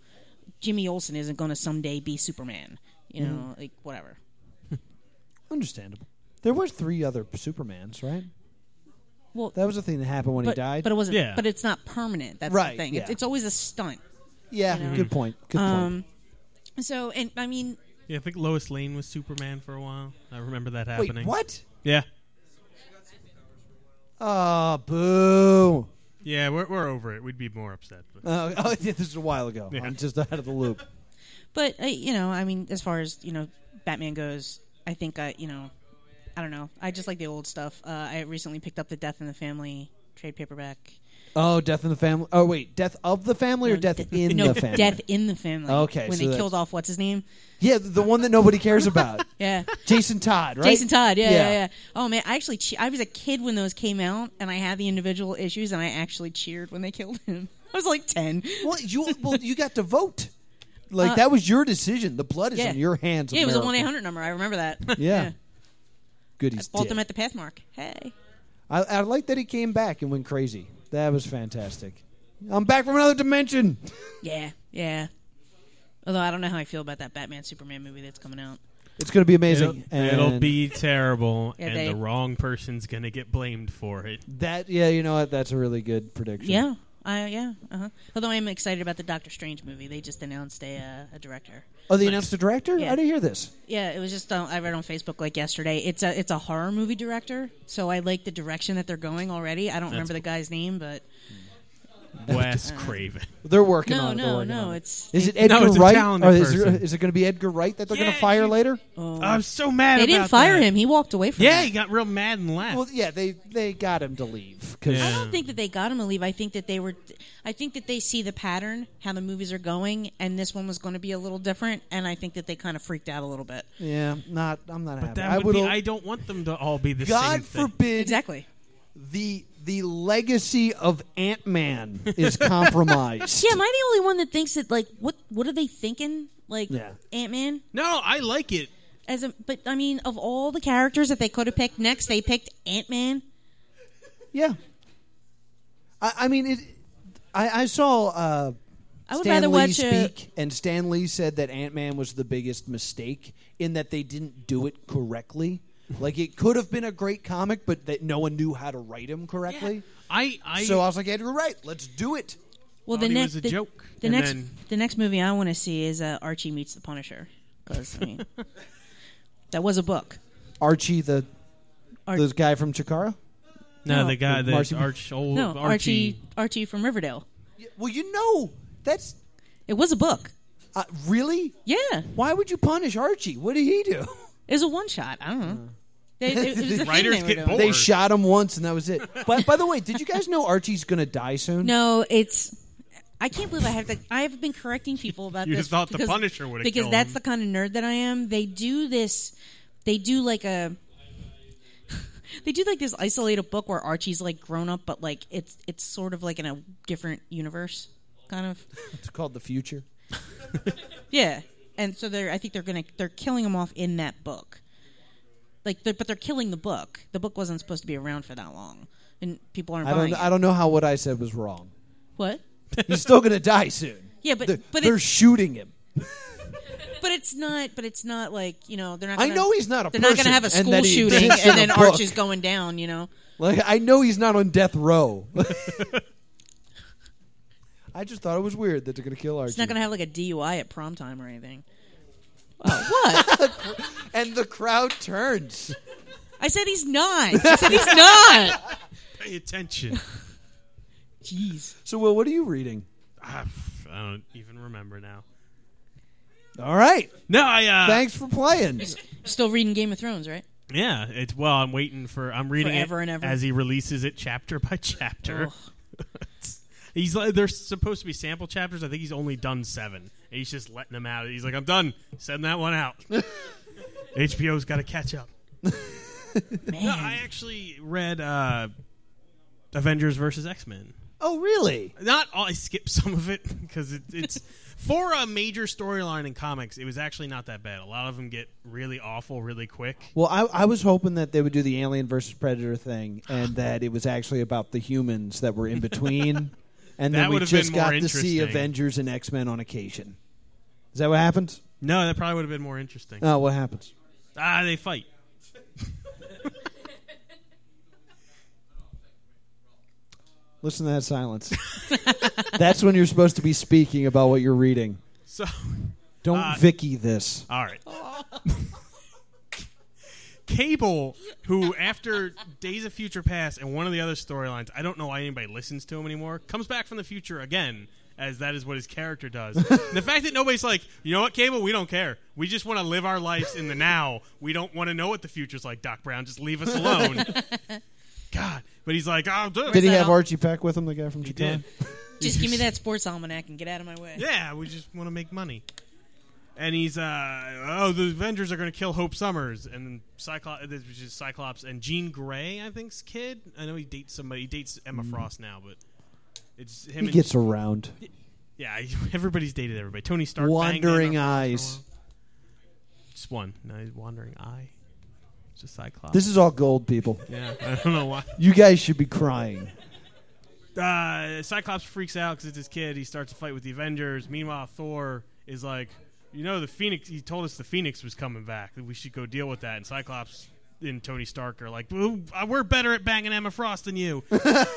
S5: Jimmy Olsen isn't going to someday be Superman. You know,
S3: Mm-hmm.
S5: like whatever.
S3: Understandable. There were three other Supermans, right?
S5: Well,
S3: That was the thing that happened when
S5: but,
S3: he died.
S5: but it wasn't.
S4: Yeah.
S5: But it's not permanent. That's
S3: Right,
S5: the thing. It's,
S3: yeah.
S5: it's always a stunt.
S3: yeah, good point. Good
S5: Um, so and I mean,
S4: yeah, I think Lois Lane was Superman for a while. I remember that
S3: point.
S4: happening.
S3: Wait, what?
S4: Yeah.
S3: Oh, boo.
S4: Yeah, we're, we're over it. We'd be more upset. But.
S3: Uh, <laughs> oh, yeah, this is a while ago.
S4: Yeah.
S3: I'm just out of the loop.
S5: But uh, you know, I mean, as far as you know, Batman goes, I think uh, you know, I don't know. I just like the old stuff. Uh, I recently picked up the Death in the Family trade paperback.
S3: Oh, Death in the Family. Oh, wait. Death of the Family or
S5: No,
S3: Death
S5: de-
S3: in
S5: no,
S3: the Family?
S5: Death in the Family.
S3: Okay,
S5: when
S3: so
S5: they
S3: that's-
S5: killed off what's his name?
S3: Yeah, the one that nobody cares about.
S5: Yeah.
S3: Jason Todd, right?
S5: Jason Todd, yeah, yeah, yeah, Oh man, I actually che- I was a kid when those came out, and I had the individual issues, and I actually cheered when they <laughs> killed him. I was like ten.
S3: Well, you well you got to vote. Like that was your decision. The blood is
S5: Uh, yeah.
S3: in your hands.
S5: Yeah, it was a
S3: America.
S5: one eight hundred number. I remember that.
S3: <laughs> Yeah. Goodies.
S5: bought them at the Pathmark. Hey,
S3: I, I like that he came back and went crazy. That was fantastic. I'm back from another dimension.
S5: yeah, yeah. Although I don't know how I feel about that Batman Superman movie that's coming out.
S3: It's going to be amazing.
S4: It'll, it'll
S3: And
S4: be terrible,
S5: Yeah,
S4: and
S5: they-
S4: the wrong person's gonna get blamed for it.
S3: that. Yeah, you know what? That's a really good prediction.
S5: Yeah. Uh, yeah. Uh-huh. Although I'm excited about the Doctor Strange movie. They just announced a, uh, a director.
S3: Oh, they announced the director.
S5: Yeah.
S3: I didn't hear this.
S5: Yeah, it was just uh, I read on Facebook like yesterday. It's a it's a horror movie director, so I like the direction that they're going already. I don't remember the guy's name, but
S4: Wes Craven. <laughs>
S3: They're working
S5: no,
S3: on it. They're
S5: no,
S3: working
S5: no.
S3: on it.
S5: It's
S3: Is it
S5: they-
S3: Edgar
S4: it's a
S3: Wright?
S4: talented
S3: Or is, there-
S4: person.
S3: is it going to be Edgar Wright that they're going
S4: Yeah,
S3: to fire
S4: you-
S3: later?
S5: Oh.
S4: I'm so mad.
S5: they didn't
S4: about
S5: fire
S4: that.
S5: him. He walked away from.
S4: Yeah,
S5: it.
S4: he got real mad and left.
S3: Well, yeah, they they got him to leave. 'cause-
S5: I
S4: Yeah.
S5: don't think that they got him to leave. I think that they were. I think that they see the pattern how the movies are going, and this one was going to be a little different. And I think that they kind of freaked out a little bit.
S3: yeah, not I'm not happy.
S4: that
S3: I
S4: would be,
S3: al-
S4: I don't want them to all be the same
S3: God
S4: thing.
S3: forbid
S5: Exactly.
S3: the the legacy of Ant Man
S4: <laughs>
S3: is compromised.
S5: Yeah, am I the only one that thinks that? Like, what what are they thinking? Like
S3: Yeah.
S5: Ant Man.
S4: No, I like it.
S5: As a, but I mean, of all the characters that they could have picked next, they picked Ant Man.
S3: yeah. I, I mean, it, I, I saw uh,
S5: I would
S3: Stan
S5: rather
S3: Lee
S5: watch a,
S3: speak, and Stan Lee said that Ant Man was the biggest mistake in that they didn't do it correctly. Like it could have been a great comic, but that no one knew how to write him correctly.
S4: I, I
S3: So I was like, Edgar Wright, let's do it.
S5: well.
S4: thought
S5: The
S4: he
S5: next
S4: was a
S5: the,
S4: joke,
S5: the
S4: and
S5: next
S4: then-
S5: the next movie I want to see is uh, Archie meets the Punisher because I
S4: <laughs>
S5: mean that was a book.
S3: Archie, the
S5: Ar-
S3: the guy from Chikara.
S4: no,
S5: no.
S4: the guy the
S3: Marcy-
S4: arch old
S5: no,
S4: Archie.
S5: Archie Archie from Riverdale.
S3: Well, you know that's
S5: It was a book.
S3: uh, really.
S5: Yeah,
S3: Why would you punish Archie? What did he do?
S5: it was a one shot. I don't know. They,
S4: <laughs>
S5: it, it was a
S4: Writers
S5: thing they were
S4: get
S5: doing.
S4: bored.
S3: They
S4: Or-
S3: shot him once, and that was it. But by the way, did you guys know Archie's going to die soon?
S5: No, it's. I can't believe I have to. I have been correcting people
S4: <laughs>
S5: about
S4: You
S5: this.
S4: thought the Punisher would've
S5: because
S4: killed
S5: that's
S4: him.
S5: the kind of nerd that I am. They do this. They do like a. <laughs> They do like this isolated book where Archie's like grown up, but like it's it's sort of like in a different universe, kind of.
S3: It's called the future.
S5: Yeah, and so they're. I think they're gonna they're killing him off in that book. Like, they're, but they're killing the book. The book wasn't supposed to be around for that long, and people aren't
S3: I
S5: buying
S3: don't. I
S5: it.
S3: don't know how what I said was wrong.
S5: What?
S3: He's still going to die soon.
S5: Yeah, <laughs> but
S3: They're,
S5: but
S3: they're
S5: it's,
S3: shooting him.
S5: But it's not. But it's not like you know they're not.
S3: I
S5: Gonna,
S3: know he's not a
S5: They're not going
S3: person
S5: to have a
S3: and
S5: school
S3: that he
S5: shooting
S3: exists
S5: and
S3: in
S5: then
S3: a book.
S5: Archie's going down. You know.
S3: Like I know he's not on death
S5: <laughs>
S3: row. <laughs> I just thought it was weird that they're going to kill Archie.
S5: He's not going to have like a DUI at prom time or anything. Oh, what?
S3: and the crowd turns.
S5: I said he's not. I said
S3: <laughs>
S5: he's not.
S4: Pay attention. <laughs>
S5: Jeez.
S3: So, Will, what are you reading?
S4: Ah, pff, I don't even remember now.
S3: All right.
S4: No, I uh,
S3: Thanks for playing.
S5: Still reading Game of Thrones, right?
S4: Yeah, it's well. I'm waiting for. I'm reading
S5: Forever
S4: it
S5: and ever.
S4: as he releases it chapter by <laughs> chapter.
S5: Ugh.
S4: It's- <laughs> he's like, there's supposed to be sample chapters. I think he's only done seven. And he's just letting them out. He's like, I'm done. Send that one
S5: <laughs>
S4: out. HBO's got to catch up.
S5: Man.
S4: No, I actually read uh, Avengers versus X Men.
S3: Oh, really?
S4: Not all. I skipped some of it <laughs> because it,
S5: <laughs>
S4: it's for a major storyline in comics. It was actually not that bad. A lot of them get really awful really quick.
S3: Well, I, I was hoping that they would do the alien versus predator thing, and that it was actually about the humans that were in
S4: <laughs>
S3: between, and
S4: That
S3: then we
S4: would've been
S3: just got
S4: more
S3: to see
S4: interesting.
S3: Avengers and X Men on occasion. Is that what happens?
S4: No, that probably would have been more interesting.
S3: Oh, what happens?
S4: Ah, they fight.
S3: Listen to that silence.
S4: <laughs>
S3: That's when you're supposed to be speaking about what you're reading.
S4: So,
S3: Don't
S4: Uh,
S3: Vicky this.
S4: <laughs> all <laughs> right. Cable, <laughs> who after Days of Future Past and one of the other storylines, I don't know why anybody listens to him anymore, comes back from the future again, as that is what his character <laughs> does. And the fact that nobody's like, you know what, Cable, we don't care. We just want to live our lives in the now. We don't want to know what the future's like, Doc Brown. Just leave us <laughs> alone. God. But he's like, I'll do it.
S3: Did he
S5: that
S3: have
S5: all?
S3: Archie Peck with him, the guy from
S4: He
S3: Japan?
S4: did.
S5: Just give me that sports almanac and get out of my way.
S4: Yeah, we just want to make money. And he's, uh, oh, the Avengers are going to kill Hope Summers, and Cyclops, which is Cyclops, and Jean Grey, I think's kid. I know he dates somebody. He dates Emma Frost now, but it's him.
S3: Mm-hmm. He
S4: and
S3: gets around.
S4: yeah, <laughs> everybody's dated everybody. Tony Stark, banged
S3: Wandering
S4: Emma Frost for a
S3: eyes.
S4: while. Just one. No, he's wandering eye. It's a Cyclops.
S3: This is all gold, people.
S4: yeah, I don't know why.
S3: You guys should be crying.
S4: uh, Cyclops freaks out because it's his kid. He starts a fight with the Avengers. Meanwhile, Thor is like, You know, the Phoenix. He told us the Phoenix was coming back. That we should go deal with that. And Cyclops and Tony Stark are like, "Well, "We're better at banging Emma Frost than you,"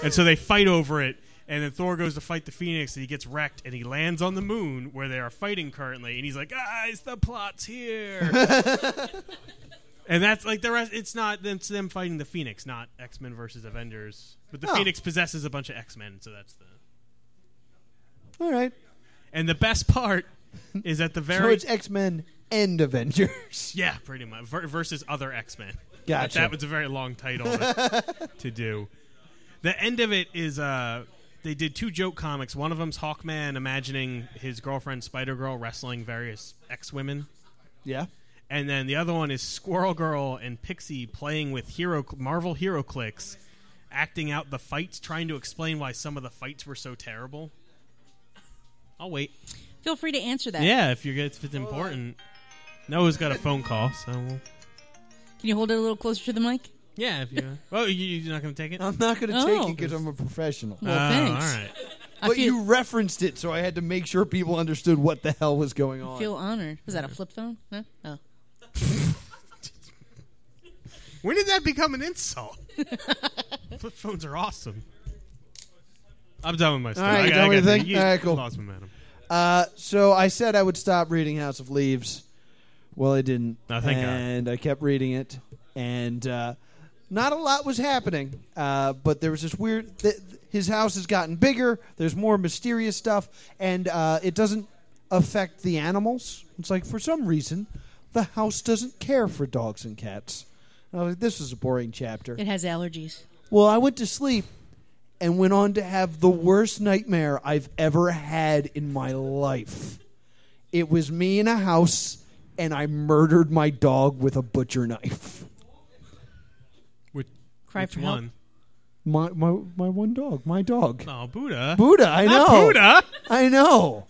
S4: and so they fight over it. And then Thor goes to fight the Phoenix, and he gets wrecked, and he lands on the moon where they are fighting currently. And he's like, "Guys, the plot's here." And that's like the rest. It's not them, it's them fighting the Phoenix, not X Men versus Avengers. But the
S3: Oh.
S4: Phoenix possesses a bunch of X Men, so that's the.
S3: All right.
S4: And the best part is at the
S3: So
S4: very
S3: it's X Men and Avengers.
S4: yeah, pretty much ver- versus other X Men.
S3: Gotcha.
S4: That was a very long title to to do. The end of it is uh, they did two joke comics. One of them's Hawkman imagining his girlfriend Spider Girl wrestling various X women.
S3: yeah.
S4: and then the other one is Squirrel Girl and Pixie playing with hero Marvel Hero Clicks, acting out the fights, trying to explain why some of the fights were so terrible. I'll wait.
S5: Feel free to answer that.
S4: Yeah, if you're good- if it's important. Noah's got a phone call, so we'll-
S5: Can you hold it a little closer to the mic?
S4: yeah. If <laughs> you, well, Oh, you, you're not going to take it.
S3: I'm not going to
S5: Oh.
S3: take it because I'm a professional.
S5: Well,
S4: Oh,
S5: thanks.
S4: All right.
S5: I
S3: but
S5: feel,
S3: you referenced it, so I had to make sure people understood what the hell was going on.
S5: feel honored. Was that a flip phone? Huh? Oh.
S4: When did that become an
S5: <laughs>
S4: insult? Flip phones are awesome. I'm done with my story.
S3: right,
S4: I
S3: you
S4: got-
S3: done
S4: I
S3: with
S4: got-
S3: your thing?
S4: you
S3: All right, cool.
S4: Lost momentum.
S3: Uh, so I said I would stop reading House of Leaves. Well, I didn't.
S4: No, thank God.
S3: and I kept reading it, and uh, not a lot was happening. Uh, but there was this weird. Th- th- his house has gotten bigger. There's more mysterious stuff, and uh, it doesn't affect the animals. It's like for some reason, the house doesn't care for dogs and cats. And I was like, this is a boring chapter.
S5: It has allergies.
S3: Well, I went to sleep and went on to have the worst nightmare I've ever had in my life. It was me in a house and I murdered my dog with a butcher knife.
S4: Which,
S5: Cry
S4: which
S5: for help.
S4: one?
S3: My my my one dog, my dog.
S4: Oh, Buddha.
S3: Buddha, I know.
S4: Not Buddha.
S3: I know.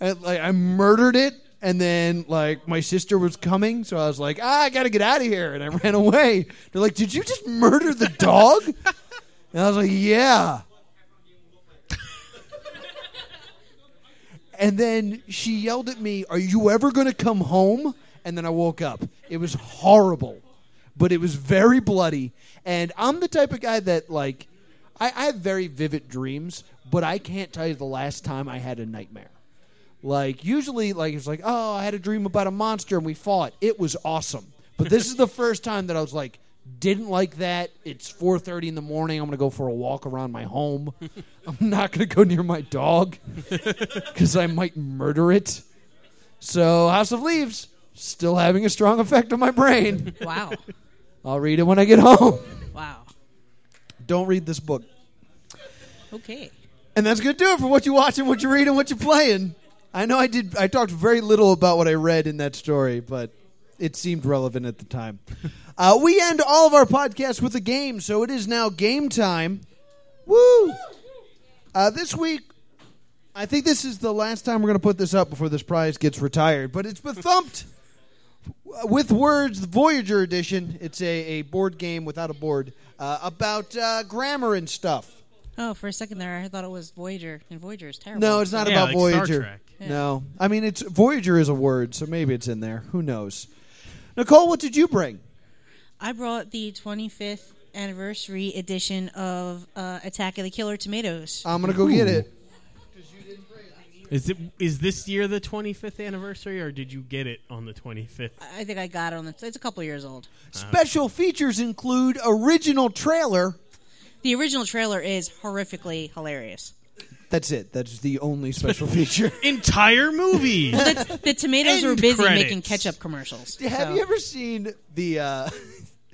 S3: And, like I murdered it and then like my sister was coming, so I was like, ah, "I got to get out of here." And I ran away. They're like, "Did you just murder the dog?" and I was like, "Yeah." And then she yelled at me, Are you ever going to come home? And then I woke up. It was horrible, but it was very bloody. And I'm the type of guy that, like, I, I have very vivid dreams, but I can't tell you the last time I had a nightmare. Like, usually, like, it's like, Oh, I had a dream about a monster and we fought. It was awesome. But this is the first time that I was like, didn't like that. It's 4:30 in the morning. I'm going to go for a walk around my home. I'm not going to go near my dog because I might murder it. So, House of Leaves, still having a strong effect on my brain.
S5: <laughs> Wow.
S3: I'll read it when I get <laughs> home.
S5: wow.
S3: Don't read this book.
S5: Okay.
S3: And that's going to do it for what you watching, what you reading, what you playing. I know I did. I talked very little about what I read in that story, but it seemed relevant at the time. uh, we end all of our podcasts with a game, so it is now game time. Woo! Uh, this week, I think this is the last time we're going to put this up before this prize gets retired. But it's been thumped with words, the Voyager edition. It's a, a board game without a board uh, about uh, grammar and stuff.
S5: Oh, for a second there, I thought it was Voyager, and Voyager is terrible.
S3: No, it's not
S4: Yeah,
S3: about
S4: like Star
S3: Voyager.
S4: Trek.
S5: Yeah.
S3: No, I mean it's Voyager is a word, so maybe it's in there. Who knows? Nicole, what did you bring?
S5: I brought the 25th anniversary edition of uh, Attack of the Killer Tomatoes.
S3: I'm gonna go get it.
S4: Is it is this year the 25th anniversary, or did you get it on the 25th?
S5: I think I got it on the. It's a couple years old.
S3: Special features include original trailer.
S5: The original trailer is horrifically hilarious.
S3: That's it. That's the only <laughs> special feature.
S4: Entire movie.
S5: <laughs> The, the tomatoes were
S4: End
S5: busy
S4: credits.
S5: making ketchup commercials.
S3: Have
S5: so-
S3: you ever seen the? Uh, <laughs>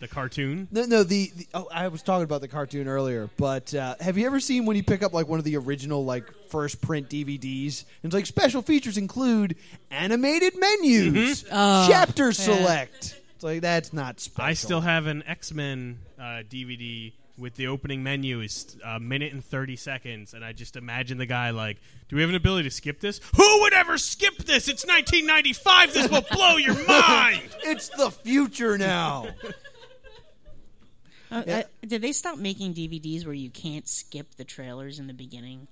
S4: the cartoon.
S3: no, no. The, the oh, I was talking about the cartoon earlier, but uh, have you ever seen when you pick up like one of the original like first print DVDs? And it's like special features include animated menus, chapter select. It's like that's not special.
S4: Mm-hmm. I still have an X Men uh, DVD with the opening menu is a minute and 30 seconds, and I just imagine the guy like, "Do we have an ability to skip this? Who would ever skip this? It's 1995. This will blow your
S5: <laughs>
S4: mind."
S3: It's the future now.
S5: Uh, uh, did they stop making DVDs where you can't skip the trailers in the beginning?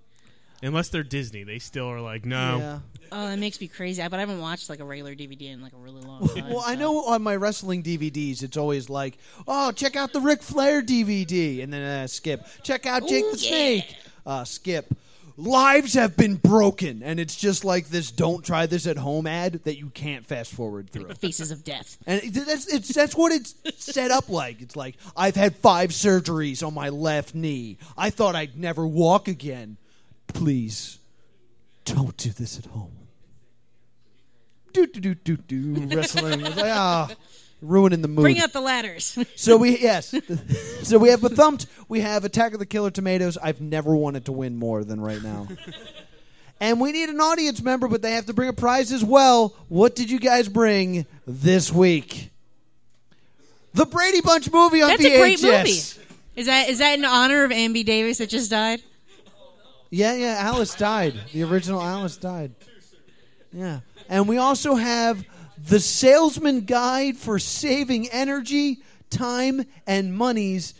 S4: Unless they're Disney, they still are like, no.
S5: Oh, that makes me crazy. I- But I haven't watched like a regular DVD in like a really
S3: <laughs>
S5: long time.
S3: Well, I
S5: so-
S3: know on my wrestling DVDs, it's always like, "Oh, check out the Ric Flair DVD," and then uh, skip. Check out Jake
S5: Ooh,
S3: the
S5: yeah.
S3: Snake. Uh, skip. Lives have been broken, and it's just like this "Don't try this at home" ad that you can't fast forward through.
S5: Faces of Death.
S3: And it- that's it's, that's what it's set up like. It's like I've had five surgeries on my left knee. I thought I'd never walk again. Please, don't do this at home. Do do do do
S5: <laughs>
S3: do wrestling. It's like ah, ruining the mood.
S5: Bring out the ladders. <laughs>
S3: So we yes. <laughs> so we have Bethumped. We have Attack of the Killer Tomatoes. I've never wanted to win more than right now. and we need an audience member, but they have to bring a prize as well. What did you guys bring this week? The Brady Bunch movie on
S5: That's
S3: VHS.
S5: a great movie. Is that is that in honor of Ambie Davis that just died?
S3: Yeah, yeah. Alice died. The original Alice died. Yeah. And we also have the salesman guide for saving energy, time, and monies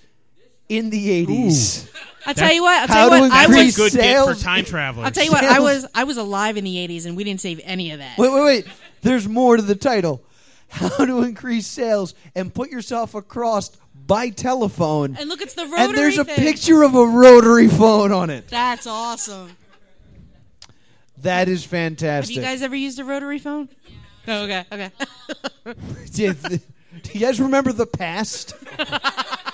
S3: in the 80s.
S5: I'll tell you what. I'll tell
S3: How
S5: you
S3: to
S5: what. I
S3: increase
S5: was.
S4: That's a good get for
S3: Sales-
S4: time travelers.
S5: I'll tell you what. I
S3: sales.
S5: was. I was alive in the '80s, and we didn't save any of that.
S3: Wait, wait, wait. There's more to the title. How to increase sales and put yourself across by telephone.
S5: And look, it's the rotary
S3: And there's a
S5: thing.
S3: picture of a rotary phone on it.
S5: That's awesome.
S3: That is
S5: Have
S3: fantastic.
S5: you guys ever used a rotary phone? Oh, okay, okay.
S3: <laughs> do, do you guys remember the past?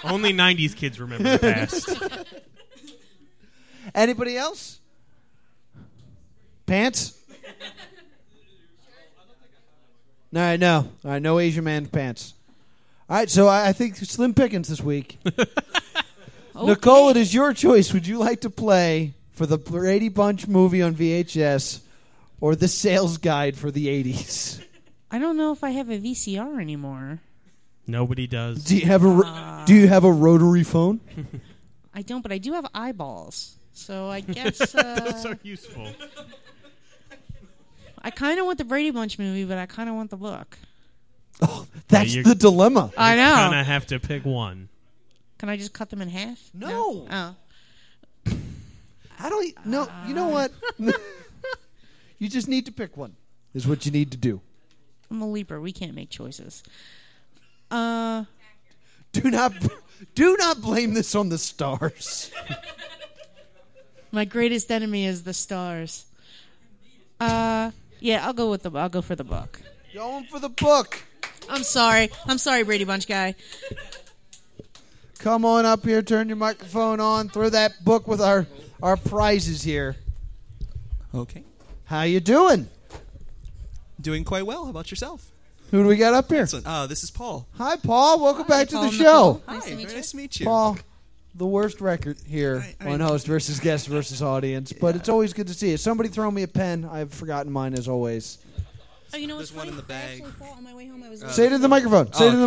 S4: Only 90s kids remember the past.
S5: <laughs>
S3: Anybody else? Pants? All right, no. All right, no Asian man pants. All right, so I, I think Slim Pickens this week. <laughs> Nicole, it is your choice. Would you like to play for the Brady Bunch movie on VHS or the sales guide for the 80s?
S5: I don't know if I have a VCR anymore.
S4: Nobody does.
S3: Do you have a ro- Do you have a rotary phone?
S5: I don't, but I do have eyeballs. So
S3: <laughs>
S5: I guess <laughs> uh,
S4: So useful.
S5: I kind of want the Brady Bunch movie, but I kind of want the book.
S3: Oh, that's
S4: you-
S3: the dilemma.
S5: I
S4: Kind
S5: know.
S4: of have to pick one.
S5: Can I just cut them in half?
S3: No.
S5: Oh.
S3: How do I? No, you know what? you just need to pick one. Is what you need to do.
S5: I'm a leaper. We can't make choices. Uh,
S3: Do not, do not blame this on the stars.
S5: my greatest enemy is the stars. Uh, yeah, I'll go with the. I'll go for the book.
S3: Going for the book.
S5: I'm sorry. I'm sorry, Brady Bunch guy.
S3: Come on up here. Turn your microphone on. Throw that book with our our prizes here.
S6: Okay.
S3: How you doing?
S6: Doing quite well. How about yourself?
S3: Who do we got up here?
S6: Excellent. Uh, this is Paul.
S3: Hi, Paul. Welcome back to
S5: Paul
S3: the
S5: and
S3: show.
S5: Nicole. Nice
S6: Hi,
S5: to meet
S6: very
S5: you.
S6: nice to meet you.
S3: Paul, the worst record here
S6: I- I-
S3: on host versus guest versus audience, but it's always good to see you. Somebody throw me a pen. I've forgotten mine as always.
S5: Oh, you know what's
S6: There's one
S5: funny?
S6: in the
S5: I
S6: bag. Uh,
S5: actually thought on my way home I was
S3: Say it in the microphone. Say it in the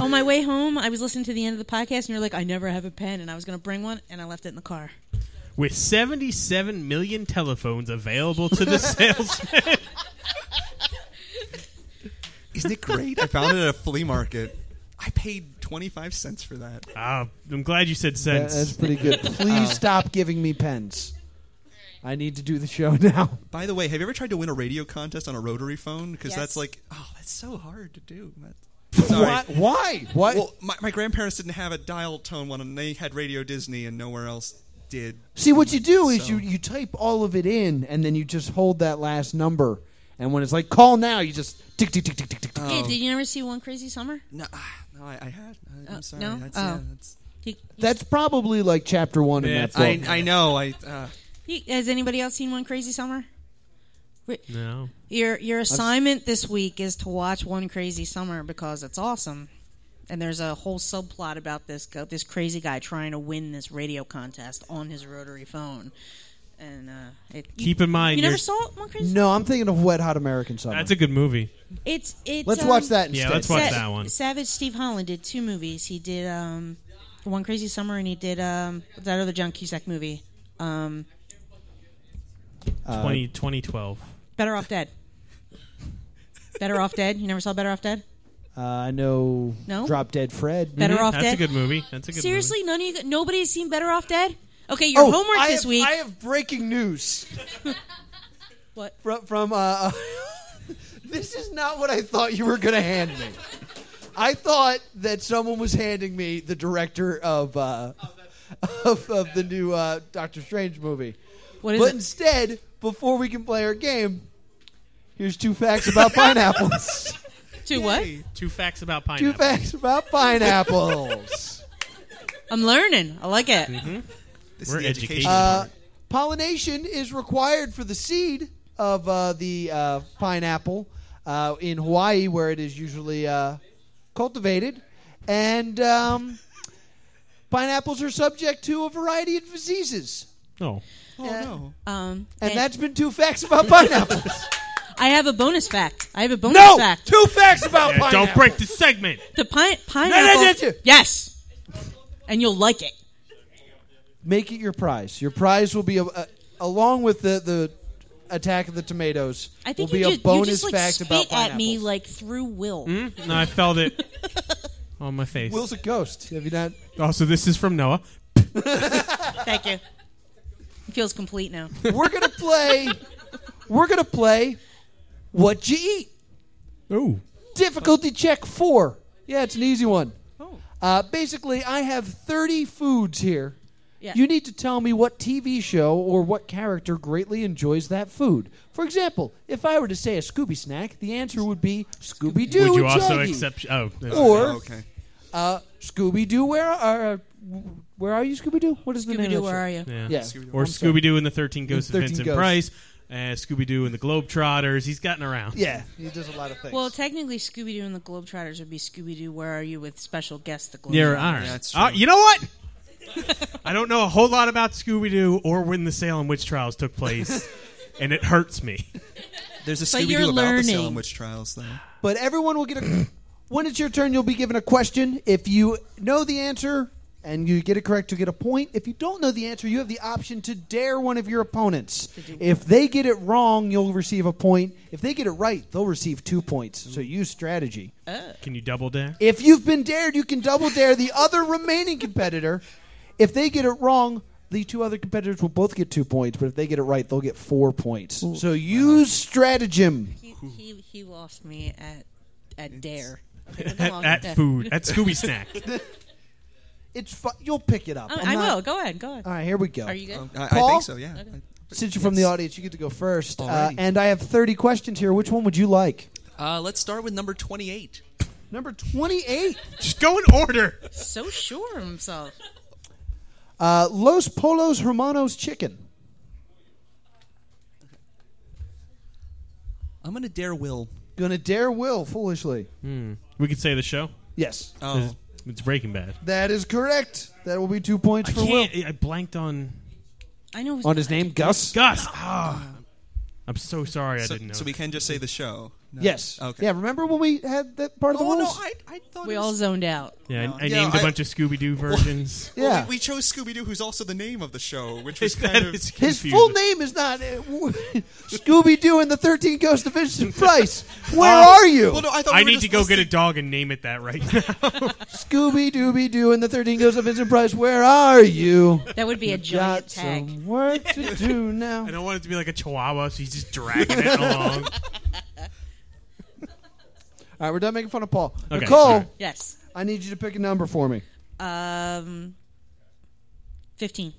S5: <laughs> on my way home. I was listening to the end of the podcast, and you're like, "I never have a pen," and I was going to bring one, and I left it in the car.
S4: With 77 million telephones available to
S5: <laughs>
S4: the salesman.
S6: Isn't it great? <laughs> I found it at a flea market. I paid 25 cents for that.
S4: Ah, I'm glad you said
S3: That- that's
S4: sense.
S3: pretty good. Please stop giving me pens. I need to do the show <laughs> now.
S6: By the way, have you ever tried to win a radio contest on a rotary phone? Because
S5: Yes.
S6: that's like, oh, that's so hard to do. That's- Sorry.
S3: Why? Why? Why?
S6: Well, my, my grandparents didn't have a dial tone one, and they had Radio Disney, and nowhere else did.
S3: See, what you do is
S6: So-
S3: you, you type all of it in, and then you just hold that last number. And when it's like call now, you just tick tick tick tick tick
S6: Oh.
S3: tick. tick.
S5: Hey, did you ever see One Crazy Summer?
S6: No, ah, no, I, I had. I, I'm
S5: Uh,
S6: sorry.
S5: no?
S6: That's,
S5: Oh.
S6: yeah, that's,
S5: You-
S3: That's probably like chapter one in
S4: Yeah,
S3: that book.
S6: I, I know. I. Uh,
S5: you- has anybody else seen One Crazy Summer?
S4: No.
S5: Your your assignment this week is to watch One Crazy Summer because it's awesome. And there's a whole subplot about this gu- this crazy guy trying to win this radio contest on his rotary phone. And uh, it, you-
S4: Keep in mind,
S5: you never
S4: you're-
S5: saw One Crazy.
S3: no, I'm thinking of Wet Hot American Summer.
S4: That's a good movie.
S5: It's it's.
S3: Let's
S5: um,
S3: watch that instead.
S4: Yeah, let's watch that one.
S5: Savage Steve Holland did two movies. He did um, One Crazy Summer, and he did um, that other John Cusack movie, um,
S3: Uh,
S4: 20, 2012.
S5: Better Off Dead. Better Off Dead. You never saw Better Off Dead?
S3: Uh, I know.
S5: No?
S3: Drop Dead Fred.
S5: Better Off
S4: Mm-hmm. That's
S5: Dead.
S4: a good movie. That's a good
S5: Seriously, none of you, nobody's seen Better Off Dead. Okay, your
S3: Oh,
S5: homework
S3: I
S5: this
S3: have-
S5: week.
S3: I have breaking news
S5: <laughs> what?
S3: from. from uh, <laughs> this is not what I thought you were going to hand me. I thought that someone was handing me the director of uh,
S4: Oh,
S3: <laughs> of, of the new uh, Doctor Strange movie.
S5: What is
S3: but
S5: it?
S3: instead, before we can play our game, here's two facts about pineapples.
S5: Two what?
S4: Two facts about
S3: two
S4: pineapple.
S3: facts about pineapples.
S5: I'm learning. I like it.
S3: Mm-hmm.
S6: This
S4: We're
S6: is the education.
S4: education.
S3: Uh, pollination is required for the seed of uh, the uh, pineapple uh, in Hawaii, where it is usually uh, cultivated, and um, pineapples are subject to a variety of diseases.
S4: No.
S6: oh no!
S5: Um,
S3: And
S5: and
S3: that's been two facts about pineapples.
S5: I have a bonus fact. I have a bonus
S3: no,
S5: fact.
S3: two facts about
S4: Yeah,
S3: pineapples.
S4: don't break the segment.
S5: The pine pineapple.
S3: no, no.
S5: Yes, and you'll like it.
S3: Make it your prize. Your prize will be a, a, along with the the attack of the tomatoes.
S5: I think
S3: will be
S5: you,
S3: a
S5: just,
S3: bonus
S5: you just like
S3: fact
S5: spit
S3: about pineapples. Hmm?
S5: at me like through will.
S4: No, I felt
S5: <laughs>
S4: it on my face.
S3: Will's a ghost. Have you not?
S4: Also, this is from Noah.
S5: Thank you. It feels complete
S3: <laughs>
S5: now.
S3: we're gonna play we're gonna play what you eat
S4: Ooh.
S3: difficulty check four yeah it's an easy one
S5: Oh.
S3: uh, basically i have 30 foods here
S5: Yeah.
S3: you need to tell me what tv show or what character greatly enjoys that food for example if i were to say a scooby snack the answer would be scooby-doo
S4: Would you
S3: and
S4: also
S3: Shaggy.
S4: accept? Oh, that's-
S3: or
S6: Oh, okay.
S3: uh, scooby-doo where are, uh, where are you scooby-doo what is the name
S5: Scooby-Doo,
S3: of that
S5: where are
S3: show?
S5: you?
S4: yeah.
S3: yeah
S4: Or
S3: I'm sorry.
S4: Scooby Doo and the Thirteen Ghosts of
S3: 13
S4: Vincent
S3: Ghosts.
S4: Price. Uh, Scooby Doo and the Globetrotters. He's gotten around.
S3: yeah he does a lot of things
S5: Well, technically, Scooby Doo and the Globetrotters would be Scooby Doo. Where are you? With special guest, the Globetrotters.
S4: Yeah, all right.
S6: that's
S4: Uh,
S6: true.
S4: you know
S5: <laughs>
S4: what? I don't know a whole lot about Scooby Doo or when the Salem witch trials took
S5: <laughs>
S4: place, and it hurts me.
S6: There's a
S5: But you're
S6: Scooby-Doo about the
S5: learning.
S6: Salem witch trials, though.
S3: But everyone will get a. when it's your turn, you'll be given a question. If you know the answer and you get it correct, you get a point. If you don't know the answer, you have the option to dare one of your opponents. If they get it wrong, you'll receive a point. If they get it right, they'll receive two points. So use strategy.
S4: Can you double dare?
S3: If you've been dared, you can double dare the other remaining competitor. If they get it wrong, the two other competitors will both get two points, but if they get it right, they'll get four points. so use stratagem.
S5: He, he he lost me at at Dare.
S4: At, at food,
S6: <laughs>
S4: at Scooby Snack.
S3: It's fu- you'll pick it up. I'm
S5: I, I
S3: not- Uh,
S5: will. Go ahead. Go ahead.
S3: All right, here we go.
S5: Are you good?
S6: Oh, I, I
S3: Paul?
S6: think so. Yeah. I-
S3: Since you're from the audience, you get to go first. Uh,
S6: Alrighty.
S3: and I have 30 questions here. Which one would you like?
S6: Uh, let's start with number 28.
S3: Number 28.
S4: Just go in order.
S5: so sure of himself.
S3: Uh, Los Polos Hermanos Chicken.
S6: I'm gonna dare Will.
S3: Gonna dare Will foolishly.
S4: We could say the show.
S3: Yes,
S6: Oh,
S4: It's Breaking Bad.
S3: that is correct. That will be two points
S4: I
S3: for Will.
S4: can't. I blanked on
S5: I know.
S3: On his name, Gus?
S4: Gus. Ah. I'm so sorry. I
S6: so,
S4: didn't know.
S6: so we can just say the show. No.
S3: Yes.
S6: Okay.
S3: Yeah, remember when we had that part of the
S6: Oh no,
S3: rules?
S6: I, I thought
S5: We
S6: it
S5: all
S6: was,
S5: zoned out.
S4: yeah,
S6: No.
S4: I, I
S6: Yeah,
S4: named a
S6: I-
S4: bunch of Scooby Doo
S6: <laughs>
S4: versions. <laughs>
S6: Well,
S3: yeah.
S6: we, we chose Scooby Doo, who's also the name of
S5: <laughs>
S6: the show, which was
S4: that
S6: kind of
S4: is
S3: his
S4: confusing.
S3: full name is not uh, <laughs> Scooby Doo and the 13 Ghosts of
S6: <laughs>
S3: Vincent Price. Where
S4: Uh,
S3: are you?
S6: Well, no, I thought
S4: I
S6: we were
S4: need
S6: just
S4: to go get a
S6: listing-
S4: dog and name it that right
S6: <laughs>
S4: now.
S3: Scooby Dooby Doo and the 13 Ghosts of Vincent Price. Where are you?
S5: That would be a giant
S3: got
S5: tag.
S3: some work to do now.
S4: I don't want it to be like a chihuahua, so he's just dragging it
S6: <laughs>
S4: along.
S3: All right, we're done making fun of Paul.
S4: Okay,
S3: Nicole,
S4: all right.
S5: Yes.
S3: I need you to pick a number for me.
S5: Um. Fifteen.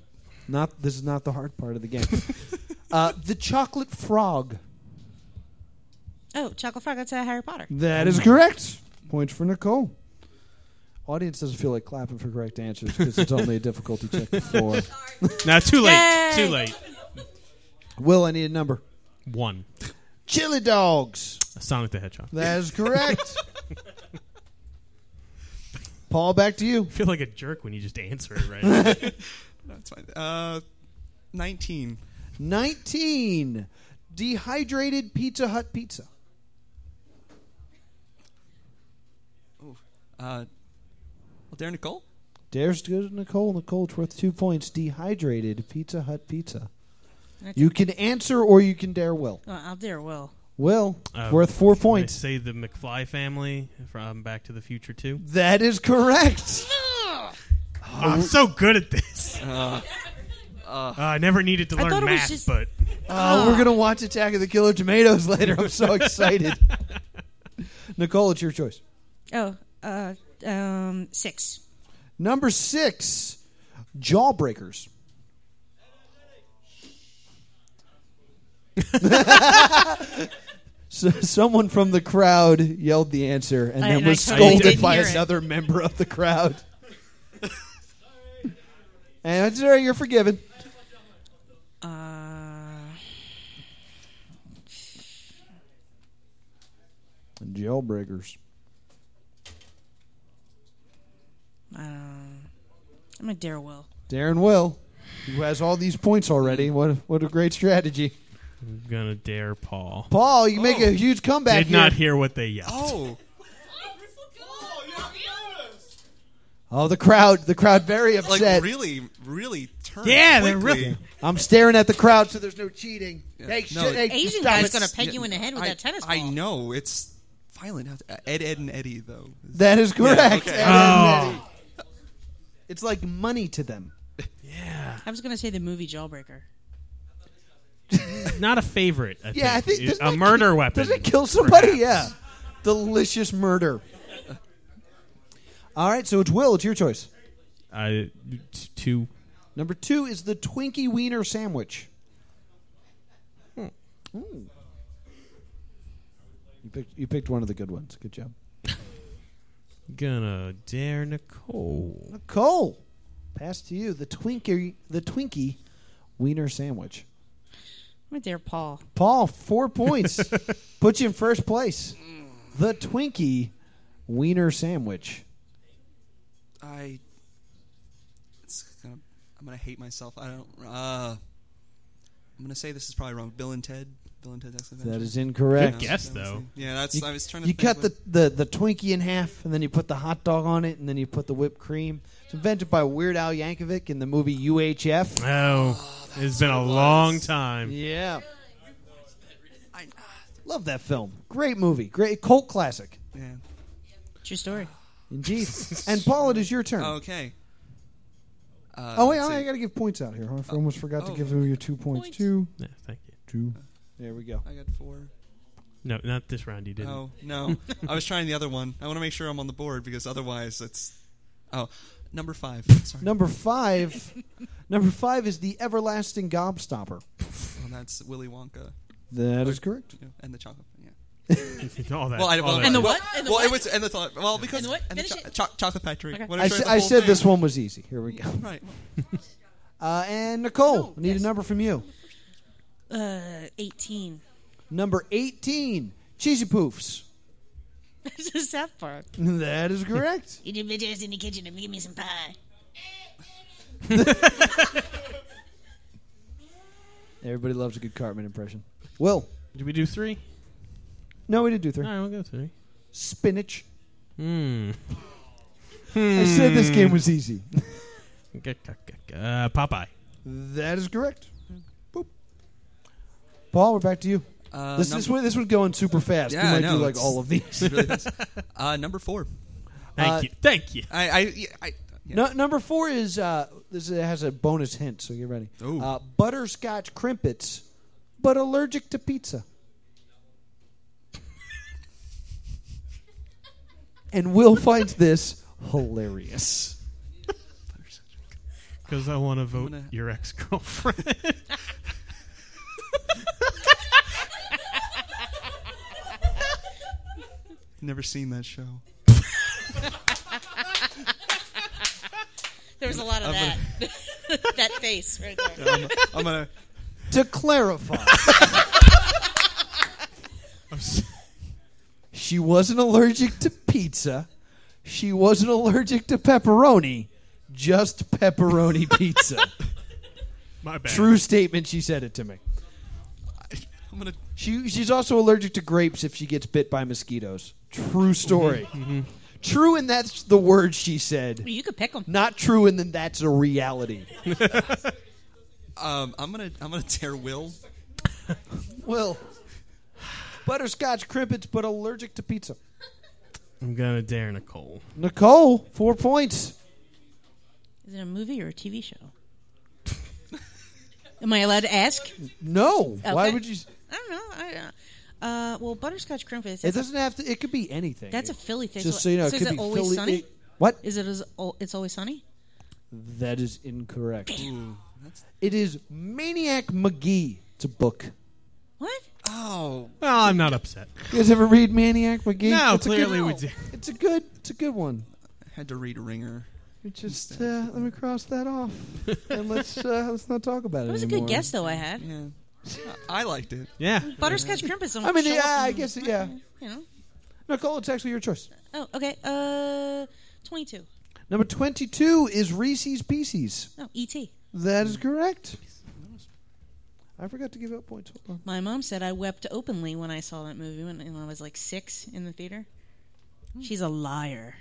S3: Not this is not the hard part of the game. <laughs> uh, the chocolate frog.
S5: Oh, chocolate frog. That's a Harry Potter.
S3: That is correct. Hmm. Points for Nicole. Audience doesn't feel like clapping for correct answers because it's only a difficulty <laughs> check of four.
S4: Now, too late.
S5: Yay!
S4: Too late.
S3: Will I need a number?
S4: One.
S3: Chili dogs.
S4: Sonic the Hedgehog. I
S3: That is correct. <laughs> Paul, back to you.
S4: feel like a jerk when you just answer it right.
S6: <laughs>
S4: now.
S6: That's fine. Uh, 19.
S3: 19. Dehydrated Pizza Hut pizza.
S6: Uh, well, dare Nicole.
S3: Dares to go to Nicole. Nicole's worth two points. Dehydrated Pizza Hut pizza.
S5: That's-
S3: You can answer or you can dare Will.
S5: Oh, I'll dare Will.
S3: Will,
S4: Uh,
S3: worth four
S4: Can I
S3: points.
S4: say the McFly family from Back to the Future too.
S3: That is correct. <laughs>
S4: I'm so good at this. Uh, I never needed to
S5: I thought
S4: learn
S5: it was
S4: math,
S5: just-
S4: but
S3: Oh, we're gonna watch Attack of the Killer Tomatoes <laughs> later.
S4: <laughs>
S3: I'm so excited. Nicole, it's your choice.
S5: Oh, uh, um, six.
S3: Number six, Jawbreakers. <laughs> so, someone from the crowd yelled the answer and
S5: I-
S3: then
S5: and I
S3: was
S5: totally
S3: scolded
S5: didn't
S3: by
S5: hear it.
S3: another member of the crowd. and it's all right, you're forgiven.
S5: Uh,
S3: Jailbreakers.
S5: um, I'm a dare will.
S3: Darren Will, who has all these points already. What a, what a great strategy.
S4: I'm gonna dare Paul.
S3: Paul, you
S5: Oh.
S3: make a huge comeback
S4: Did
S3: here.
S4: not hear what they yelled.
S5: <laughs>
S6: Oh,
S3: Oh, the crowd, the crowd very
S6: like
S3: upset.
S6: really, really turned.
S4: Yeah, they're
S6: quickly.
S4: really-
S3: I'm staring at the crowd so there's no cheating. Hey,
S6: No,
S3: shit, hey,
S5: Asian
S3: stop
S5: guy's
S3: it.
S5: gonna peg you in the head with
S6: I,
S5: that tennis ball.
S6: I know it's violent. out there. Ed, Ed, and Eddie though.
S3: <laughs> That is correct.
S6: okay.
S3: Ed,
S4: Oh.
S3: Ed, Ed. It's like money to them.
S4: Yeah,
S5: I was gonna say the movie Jawbreaker.
S4: <laughs> not a favorite. I
S3: Yeah, I think
S4: It's
S3: doesn't
S4: a
S3: it
S4: murder
S3: kill-
S4: weapon.
S3: Does it kill somebody?
S4: perhaps.
S3: Yeah, delicious murder. All right, so it's Will. It's your choice.
S4: I t- two.
S3: Number two is the Twinkie Wiener sandwich.
S4: Hmm.
S3: Ooh. You picked, you picked one of the good ones. Good job.
S4: Gonna dare Nicole. Oh,
S3: Cole, pass to you the Twinkie the Twinkie Wiener sandwich.
S5: I'm a dare Paul.
S3: Paul, four points. Put you in first place. The Twinkie Wiener sandwich.
S6: I. It's gonna. I'm gonna hate myself. I don't. Uh, I'm gonna say this is probably wrong. Bill and Ted. Bill and Ted's Excellent
S3: That
S6: Adventure.
S3: is incorrect.
S4: Good guess,
S6: That was
S4: though.
S6: it. Yeah, that's. I was trying to.
S3: You
S6: think
S3: cut the,
S6: what-
S3: the, the Twinkie in half, and then you put the hot dog on it, and then you put the whipped cream. It's invented by Weird Al Yankovic in the movie UHF.
S4: Oh, it's been a long time.
S3: Yeah. Love that film. Great movie. Great cult classic.
S6: Yeah.
S5: True story.
S3: Indeed. and Paul, it is your turn.
S6: Oh, Okay. Uh,
S3: Oh wait,
S6: let's
S3: I
S6: see.
S3: gotta give points out here. I almost forgot to
S6: oh.
S3: give you your two points.
S5: Points.
S3: Two,
S4: Yeah, thank you.
S3: two. There we go.
S6: I got four.
S4: No, not this round. You didn't. <laughs>
S6: Oh
S3: <laughs>
S6: no, I was trying the other one. I want to make sure I'm on the board because otherwise it's. Oh, number five. Sorry.
S3: Number five. number five is the everlasting gobstopper.
S6: Oh, that's Willy Wonka
S3: That is correct.
S6: you know, and the chocolate. Yeah.
S4: all that.
S6: Well, I,
S4: all
S6: well,
S4: that.
S5: And the
S6: well,
S5: what? And the
S6: well,
S5: what?
S6: it was and the thought. Well,
S5: And
S6: because
S5: the what?
S6: cho-
S5: Finish it.
S6: cho- chocolate factory.
S5: Okay.
S6: What if
S3: I,
S6: tried
S3: s-
S6: the
S3: I
S6: whole
S3: said
S6: thing?
S3: this one was easy. Here we go.
S6: Right.
S3: Uh, and Nicole,
S6: Oh,
S5: No,
S3: need
S5: yes.
S3: a number from you.
S5: Uh, eighteen. <laughs>
S3: Number eighteen, cheesy poofs.
S5: This is South Park.
S3: That is <laughs> correct.
S5: You did bitches in the kitchen and give me some pie.
S3: Everybody loves a good Cartman impression. Will.
S4: Did we do three?
S3: No, we did do three.
S4: All right, we'll go three.
S3: Spinach.
S4: Hmm.
S3: I said this game was easy.
S4: G- g- g- Uh, Popeye.
S3: That is correct. Boop. Paul, we're back to you.
S6: Uh,
S3: This
S6: number,
S3: this one, this one's going super fast.
S6: Yeah,
S3: we
S6: I
S3: might
S6: know,
S3: do like
S6: it's-
S3: all of these.
S6: <laughs> really fast. Uh, number four.
S4: Thank
S3: Uh,
S4: you. Thank you.
S6: I. I. yeah, I yeah.
S3: No, number four is uh, this is- has a bonus hint, so get ready.
S6: Ooh.
S3: Uh, butterscotch crimpets, but allergic to
S6: <laughs>
S3: pizza. and Will finds this hilarious.
S4: Because I want to vote
S6: gonna-
S4: your ex girlfriend. <laughs>
S6: Never seen that show.
S5: There was a lot of that. that <laughs> face right there.
S6: I'm, I'm gonna.
S3: To clarify, she wasn't allergic to pizza. She wasn't allergic to pepperoni. Just pepperoni
S6: <laughs>
S3: pizza.
S4: My bad.
S3: True statement. She said it to me.
S6: I'm gonna.
S3: She she's also allergic to grapes if she gets bit by mosquitoes. True story. True, and that's the word she said.
S5: You could pick them.
S3: Not true, and then that's a reality.
S6: Um. I'm gonna. I'm gonna tear Will.
S3: Well, butterscotch crimpets, but allergic to pizza.
S4: I'm gonna dare Nicole.
S3: Nicole, four points.
S5: Is it a movie or a TV show? <laughs> Am I allowed to ask?
S3: No. Why
S5: Okay.
S3: would you? s-
S5: I don't know. I don't know. Uh, well, butterscotch creme
S3: It
S5: that's,
S3: doesn't have to. It could be anything.
S5: that's a
S3: It-
S5: Philly thing.
S3: Just so you know, it
S5: is
S3: could
S5: it
S3: be
S5: always
S3: Philly.
S5: sunny?
S3: it- what?
S5: Is it as, al- it's always sunny?
S3: That is incorrect.
S6: Ooh, that's
S3: It is Maniac McGee. It's a book.
S5: What?
S6: oh,
S4: Well, I'm not upset.
S3: You guys ever read Maniac
S4: <laughs>
S3: McGee?
S4: No,
S3: It's a good-
S4: clearly we did.
S3: It's a good. It's a good one.
S6: I had to read Ringer.
S3: We just uh, let me cross that
S4: <laughs>
S3: off, and let's uh, let's not talk about it.
S5: That was a
S3: anymore.
S5: good guess, though. I
S3: <laughs>
S5: had
S6: Yeah, I, I liked it.
S4: Yeah.
S5: butterscotch crimpets.
S3: I mean, yeah, I guess, yeah.
S5: You know.
S3: Nicole, it's actually your choice.
S5: Oh, okay. Uh, twenty-two.
S3: Number twenty-two is Reese's Pieces.
S5: Oh, E.T.
S3: That is correct. I forgot to give out points. Hold on.
S5: My mom said I wept openly when I saw that movie when, when I was like six in the theater. She's a liar.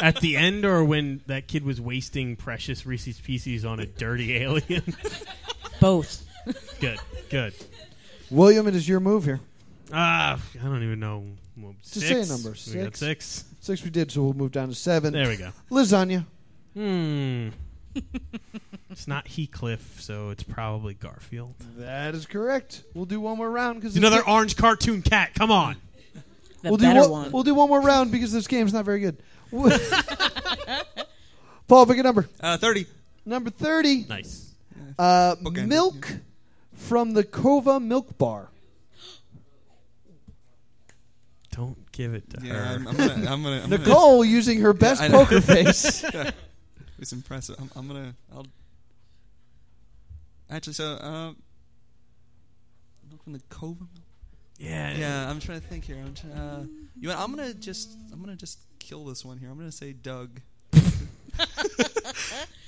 S4: At the end, or when that kid was wasting precious Reese's Pieces on a dirty alien. <laughs>
S5: Both.
S4: good, good.
S3: William, it is your move here.
S4: Ah, I don't even know. Well,
S3: Just
S4: six.
S3: say a number.
S4: We got six.
S3: Six we did, so we'll move down to seven.
S4: There we go.
S3: Lasagna.
S4: Hmm. it's not Heathcliff, so it's probably Garfield.
S3: That is correct. We'll do one more round because
S4: It's another orange cartoon cat. Come on.
S5: The
S3: we'll do
S5: better
S3: one,
S5: one.
S3: We'll do one more round because this game's not very good.
S5: <laughs>
S3: Paul, pick a number.
S6: Uh, Thirty.
S3: Number thirty.
S4: Nice.
S3: Uh,
S6: Okay.
S3: milk from the Kova Milk Bar.
S4: Don't give it to
S6: Yeah,
S4: her.
S6: I'm, I'm gonna. I'm gonna. I'm gonna
S3: Nicole using her <laughs> best
S6: I know.
S3: poker <laughs> face.
S6: it's impressive. I'm, I'm gonna. I'll. Actually, so um, look from the cove.
S4: yeah.
S6: Yeah, I'm trying to think here. I'm trying. Uh, you. want- I'm gonna just. I'm gonna just kill this one here. I'm gonna say Doug. <laughs>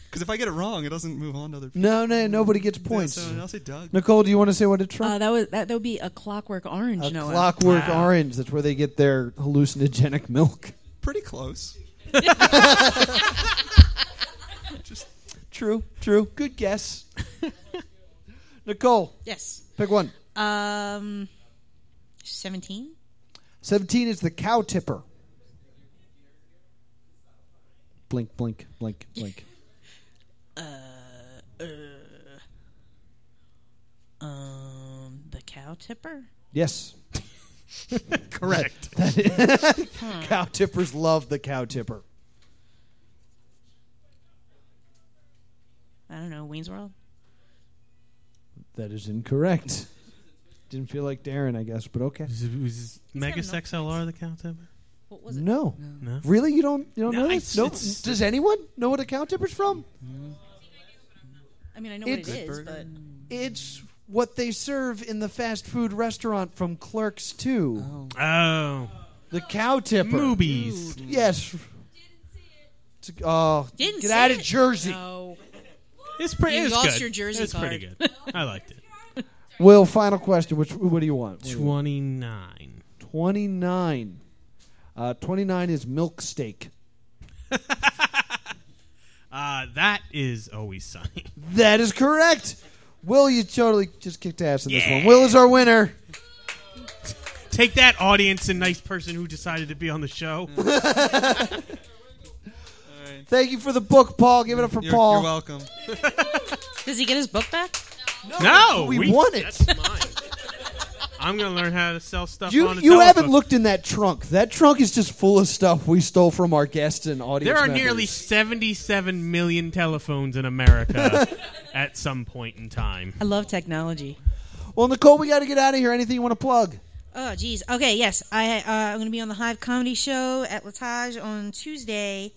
S6: Because if I get it wrong, it doesn't move on to other people.
S3: no, no, nobody gets points.
S6: So I'll say Doug.
S3: Nicole, do you want to say what it's from?
S5: Uh, that was that. That would be a Clockwork Orange.
S3: a
S5: Noah.
S3: Clockwork Orange. That's where they get their hallucinogenic milk.
S6: Pretty close.
S3: <laughs> True, true. Good guess. <laughs> Nicole,
S5: Yes.
S3: pick one.
S5: Um, seventeen.
S3: 17 is the cow tipper. Blink, blink, blink, blink.
S5: Um, the cow tipper.
S3: Yes.
S4: Correct.
S3: <laughs> Cow tippers love the cow tipper.
S5: I don't know. Wayne's World.
S3: That is incorrect. Didn't feel like Darren, I guess, but okay.
S4: Was, was Mega Sex LR the count ever?
S5: What was it?
S3: No.
S4: No.
S3: Really? You don't you don't
S4: No,
S3: know this?
S4: it's-
S3: No.
S4: it's-
S3: Does anyone know what a cow tipper's from?
S5: I mean, I know what it
S3: It's-
S5: is, but
S6: Burger.
S3: It's what they serve in the fast food restaurant from Clerks 2.
S4: Oh.
S3: The cow tipper.
S4: Movies.
S3: Yes. It's- Oh,
S5: Didn't
S3: get
S5: see
S3: out of
S5: it.
S3: Jersey.
S5: no.
S4: It's pretty.
S5: You
S4: it's
S5: lost
S4: good.
S5: your jersey
S4: It's pretty
S5: card.
S4: good. I liked
S3: <laughs>
S4: it.
S3: Will, final question. Which what do you want?
S4: Twenty nine.
S3: 29. Uh, 29 is milk steak.
S4: Uh, that is always sunny. <laughs>
S3: That is correct. Will, you totally just kicked ass in this one. Will is our winner.
S4: Take that audience and nice person who decided to be on the
S3: <laughs>
S4: show.
S3: Thank you for the book, Paul. Give it up for
S6: You're,
S3: Paul.
S6: you're welcome.
S5: Does he get his book back?
S4: no,
S3: we won it.
S4: That's mine. I'm gonna learn how to sell stuff.
S3: You,
S4: on a
S3: you haven't
S4: telephone.
S3: looked in that trunk. That trunk is just full of stuff we stole from our guests and audience.
S4: There are
S3: members.
S4: nearly 77 million telephones in
S3: <laughs>
S4: America at some point in time.
S5: I love technology.
S3: Well, Nicole, we got to get out of here. Anything you want to plug?
S5: Oh, geez. Okay, yes. I, uh, I'm going to be on the Hive Comedy Show at Latage on Tuesday.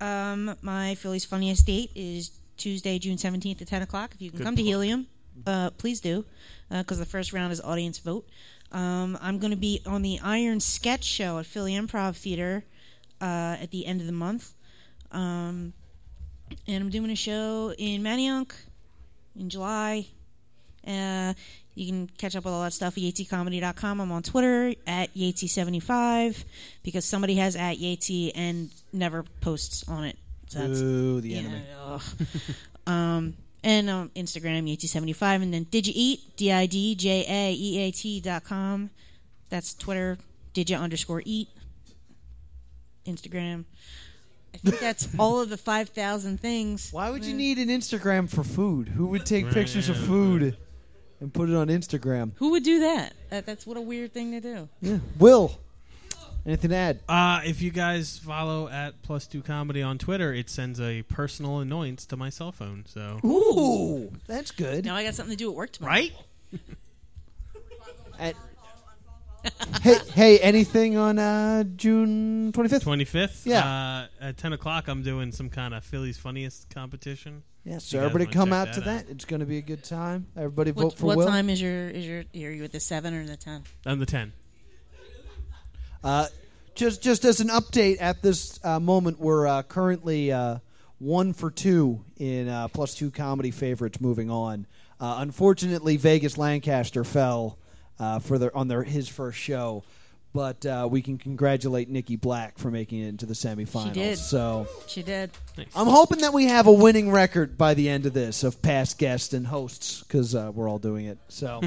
S5: Um, my Philly's Funniest Date is Tuesday, June 17th at 10 o'clock. If you can come to Helium, uh, please do, because the first round is audience vote. Um, I'm going to be on the Iron Sketch Show at Philly Improv Theater uh, at the end of the month. Um, and I'm doing a show in Manayunk in July. Uh, you can catch up with all that stuff at yatescomedy.com. I'm on Twitter at yatesy75 because somebody has at yatesy and never posts on it. So that's
S3: Ooh, the
S5: yeah,
S3: enemy.
S5: ugh. <laughs> um, and on Instagram yatesy75 and then digeat d i d j a e a t dot com. That's Twitter digi underscore eat. Instagram. I think <laughs> that's all of the five thousand things.
S3: Why would you need an Instagram for food? Who would take pictures of food and put it on Instagram?
S5: Who would do that? that? That's what a weird thing to do.
S3: Yeah. Will, anything to add?
S4: Uh, if you guys follow at Plus Two Comedy on Twitter, it sends a personal annoyance to my cell phone. So
S3: Ooh, that's good.
S5: Now I got something to do at work tomorrow.
S4: right,
S3: At- hey, hey, anything on uh, June 25th?
S4: twenty fifth.
S3: Yeah.
S4: Uh, at ten o'clock, I'm doing some kind of Philly's funniest competition.
S3: Yes,
S4: You
S3: so
S4: guys
S3: everybody
S4: wanna
S3: come
S4: check
S3: out
S4: that
S3: to
S4: out.
S3: that. It's going to be a good time. Everybody vote
S5: What,
S3: for
S5: what
S3: Will.
S5: time is your is your are you at the seven or the ten?
S4: On the ten.
S3: Uh, just just as an update, at this uh, moment, we're uh, currently uh, one for two in uh, plus two comedy favorites. Moving on, uh, unfortunately, Vegas Lancaster fell uh, for their on their his first show, but uh, we can congratulate Nikki Black for making it into the semifinals.
S5: did.
S3: So
S5: She did.
S3: I'm hoping that we have a winning record by the end of this of past guests and hosts because uh, we're all doing it. So.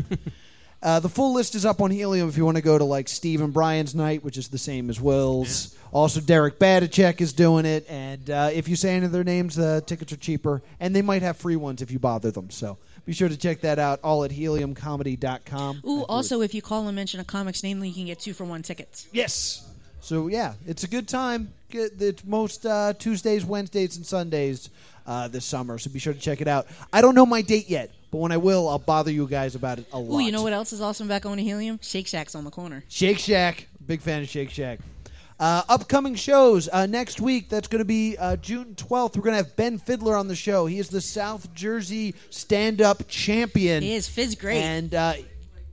S3: Uh, the full list is up on Helium if you want to go to like Steve and Brian's night, which is the same as Will's. Also, Derek Badachek is doing it, and uh, if you say any of their names, the tickets are cheaper, and they might have free ones if you bother them. So be sure to check that out. All at heliumcomedy.com.
S5: Ooh, also if you call and mention a comic's name, you can get two for one tickets.
S3: Yes. So yeah, it's a good time. Good- It's most uh, Tuesdays, Wednesdays, and Sundays uh, this summer. So be sure to check it out. I don't know my date yet, but when I will, I'll bother you guys about it a lot.
S5: Ooh, you know what else is awesome back on Helium? Shake Shack's on the corner.
S3: Shake Shack. Big fan of Shake Shack. Uh, upcoming shows uh, next week. That's going to be uh, June twelfth. We're going to have Ben Fiddler on the show. He is the South Jersey stand-up champion.
S5: He is Fizz great.
S3: and uh,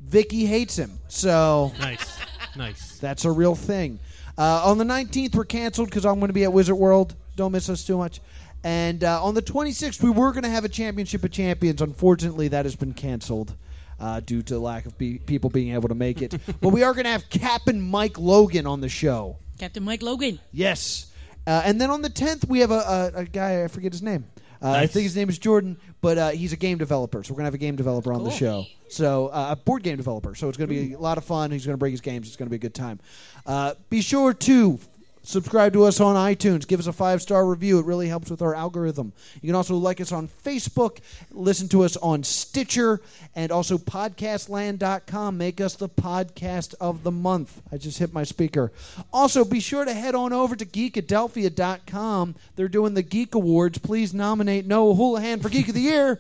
S3: Vicky hates him. So <laughs>
S4: Nice, nice.
S3: that's a real thing. Uh, on the 19th, we're canceled because I'm going to be at Wizard World. Don't miss us too much. And uh, on the 26th, we were going to have a Championship of Champions. Unfortunately, that has been canceled uh, due to lack of be- people being able to make it. but we are going to have Captain Mike Logan on the show.
S5: Captain Mike Logan.
S3: Yes. Uh, and then on the 10th, we have a, a, a guy, I forget his name. Uh, I
S4: Nice.
S3: think his name is Jordan, but uh, he's a game developer. So we're going to have a game developer on the show. So uh, a board game developer. So it's going to be a lot of fun. He's going to bring his games. It's going to be a good time. Uh, be sure to subscribe to us on iTunes. Give us a five star review. It really helps with our algorithm. You can also like us on Facebook, listen to us on Stitcher, and also podcastland.com. Make us the podcast of the month. I just hit my speaker. Also, be sure to head on over to geekadelphia.com. They're doing the Geek Awards. Please nominate Noah Houlihan for Geek of the Year.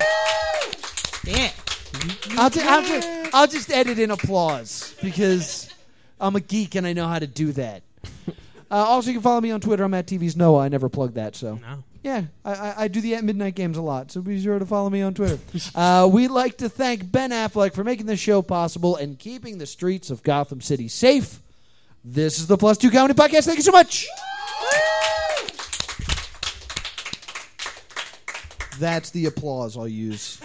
S5: Yeah.
S3: I'll, ju- I'll, ju- I'll just edit in applause because I'm a geek and I know how to do that. Uh, also, you can follow me on Twitter. I'm at TV's Noah. I never plug that, so.
S4: No.
S3: Yeah, I, I, I do the at midnight games a lot, so be sure to follow me on <laughs> Twitter. uh, we'd like to thank Ben Affleck for making this show possible and keeping the streets of Gotham City safe. This is the Plus Two Comedy Podcast. Thank you so much. That's the applause I'll use.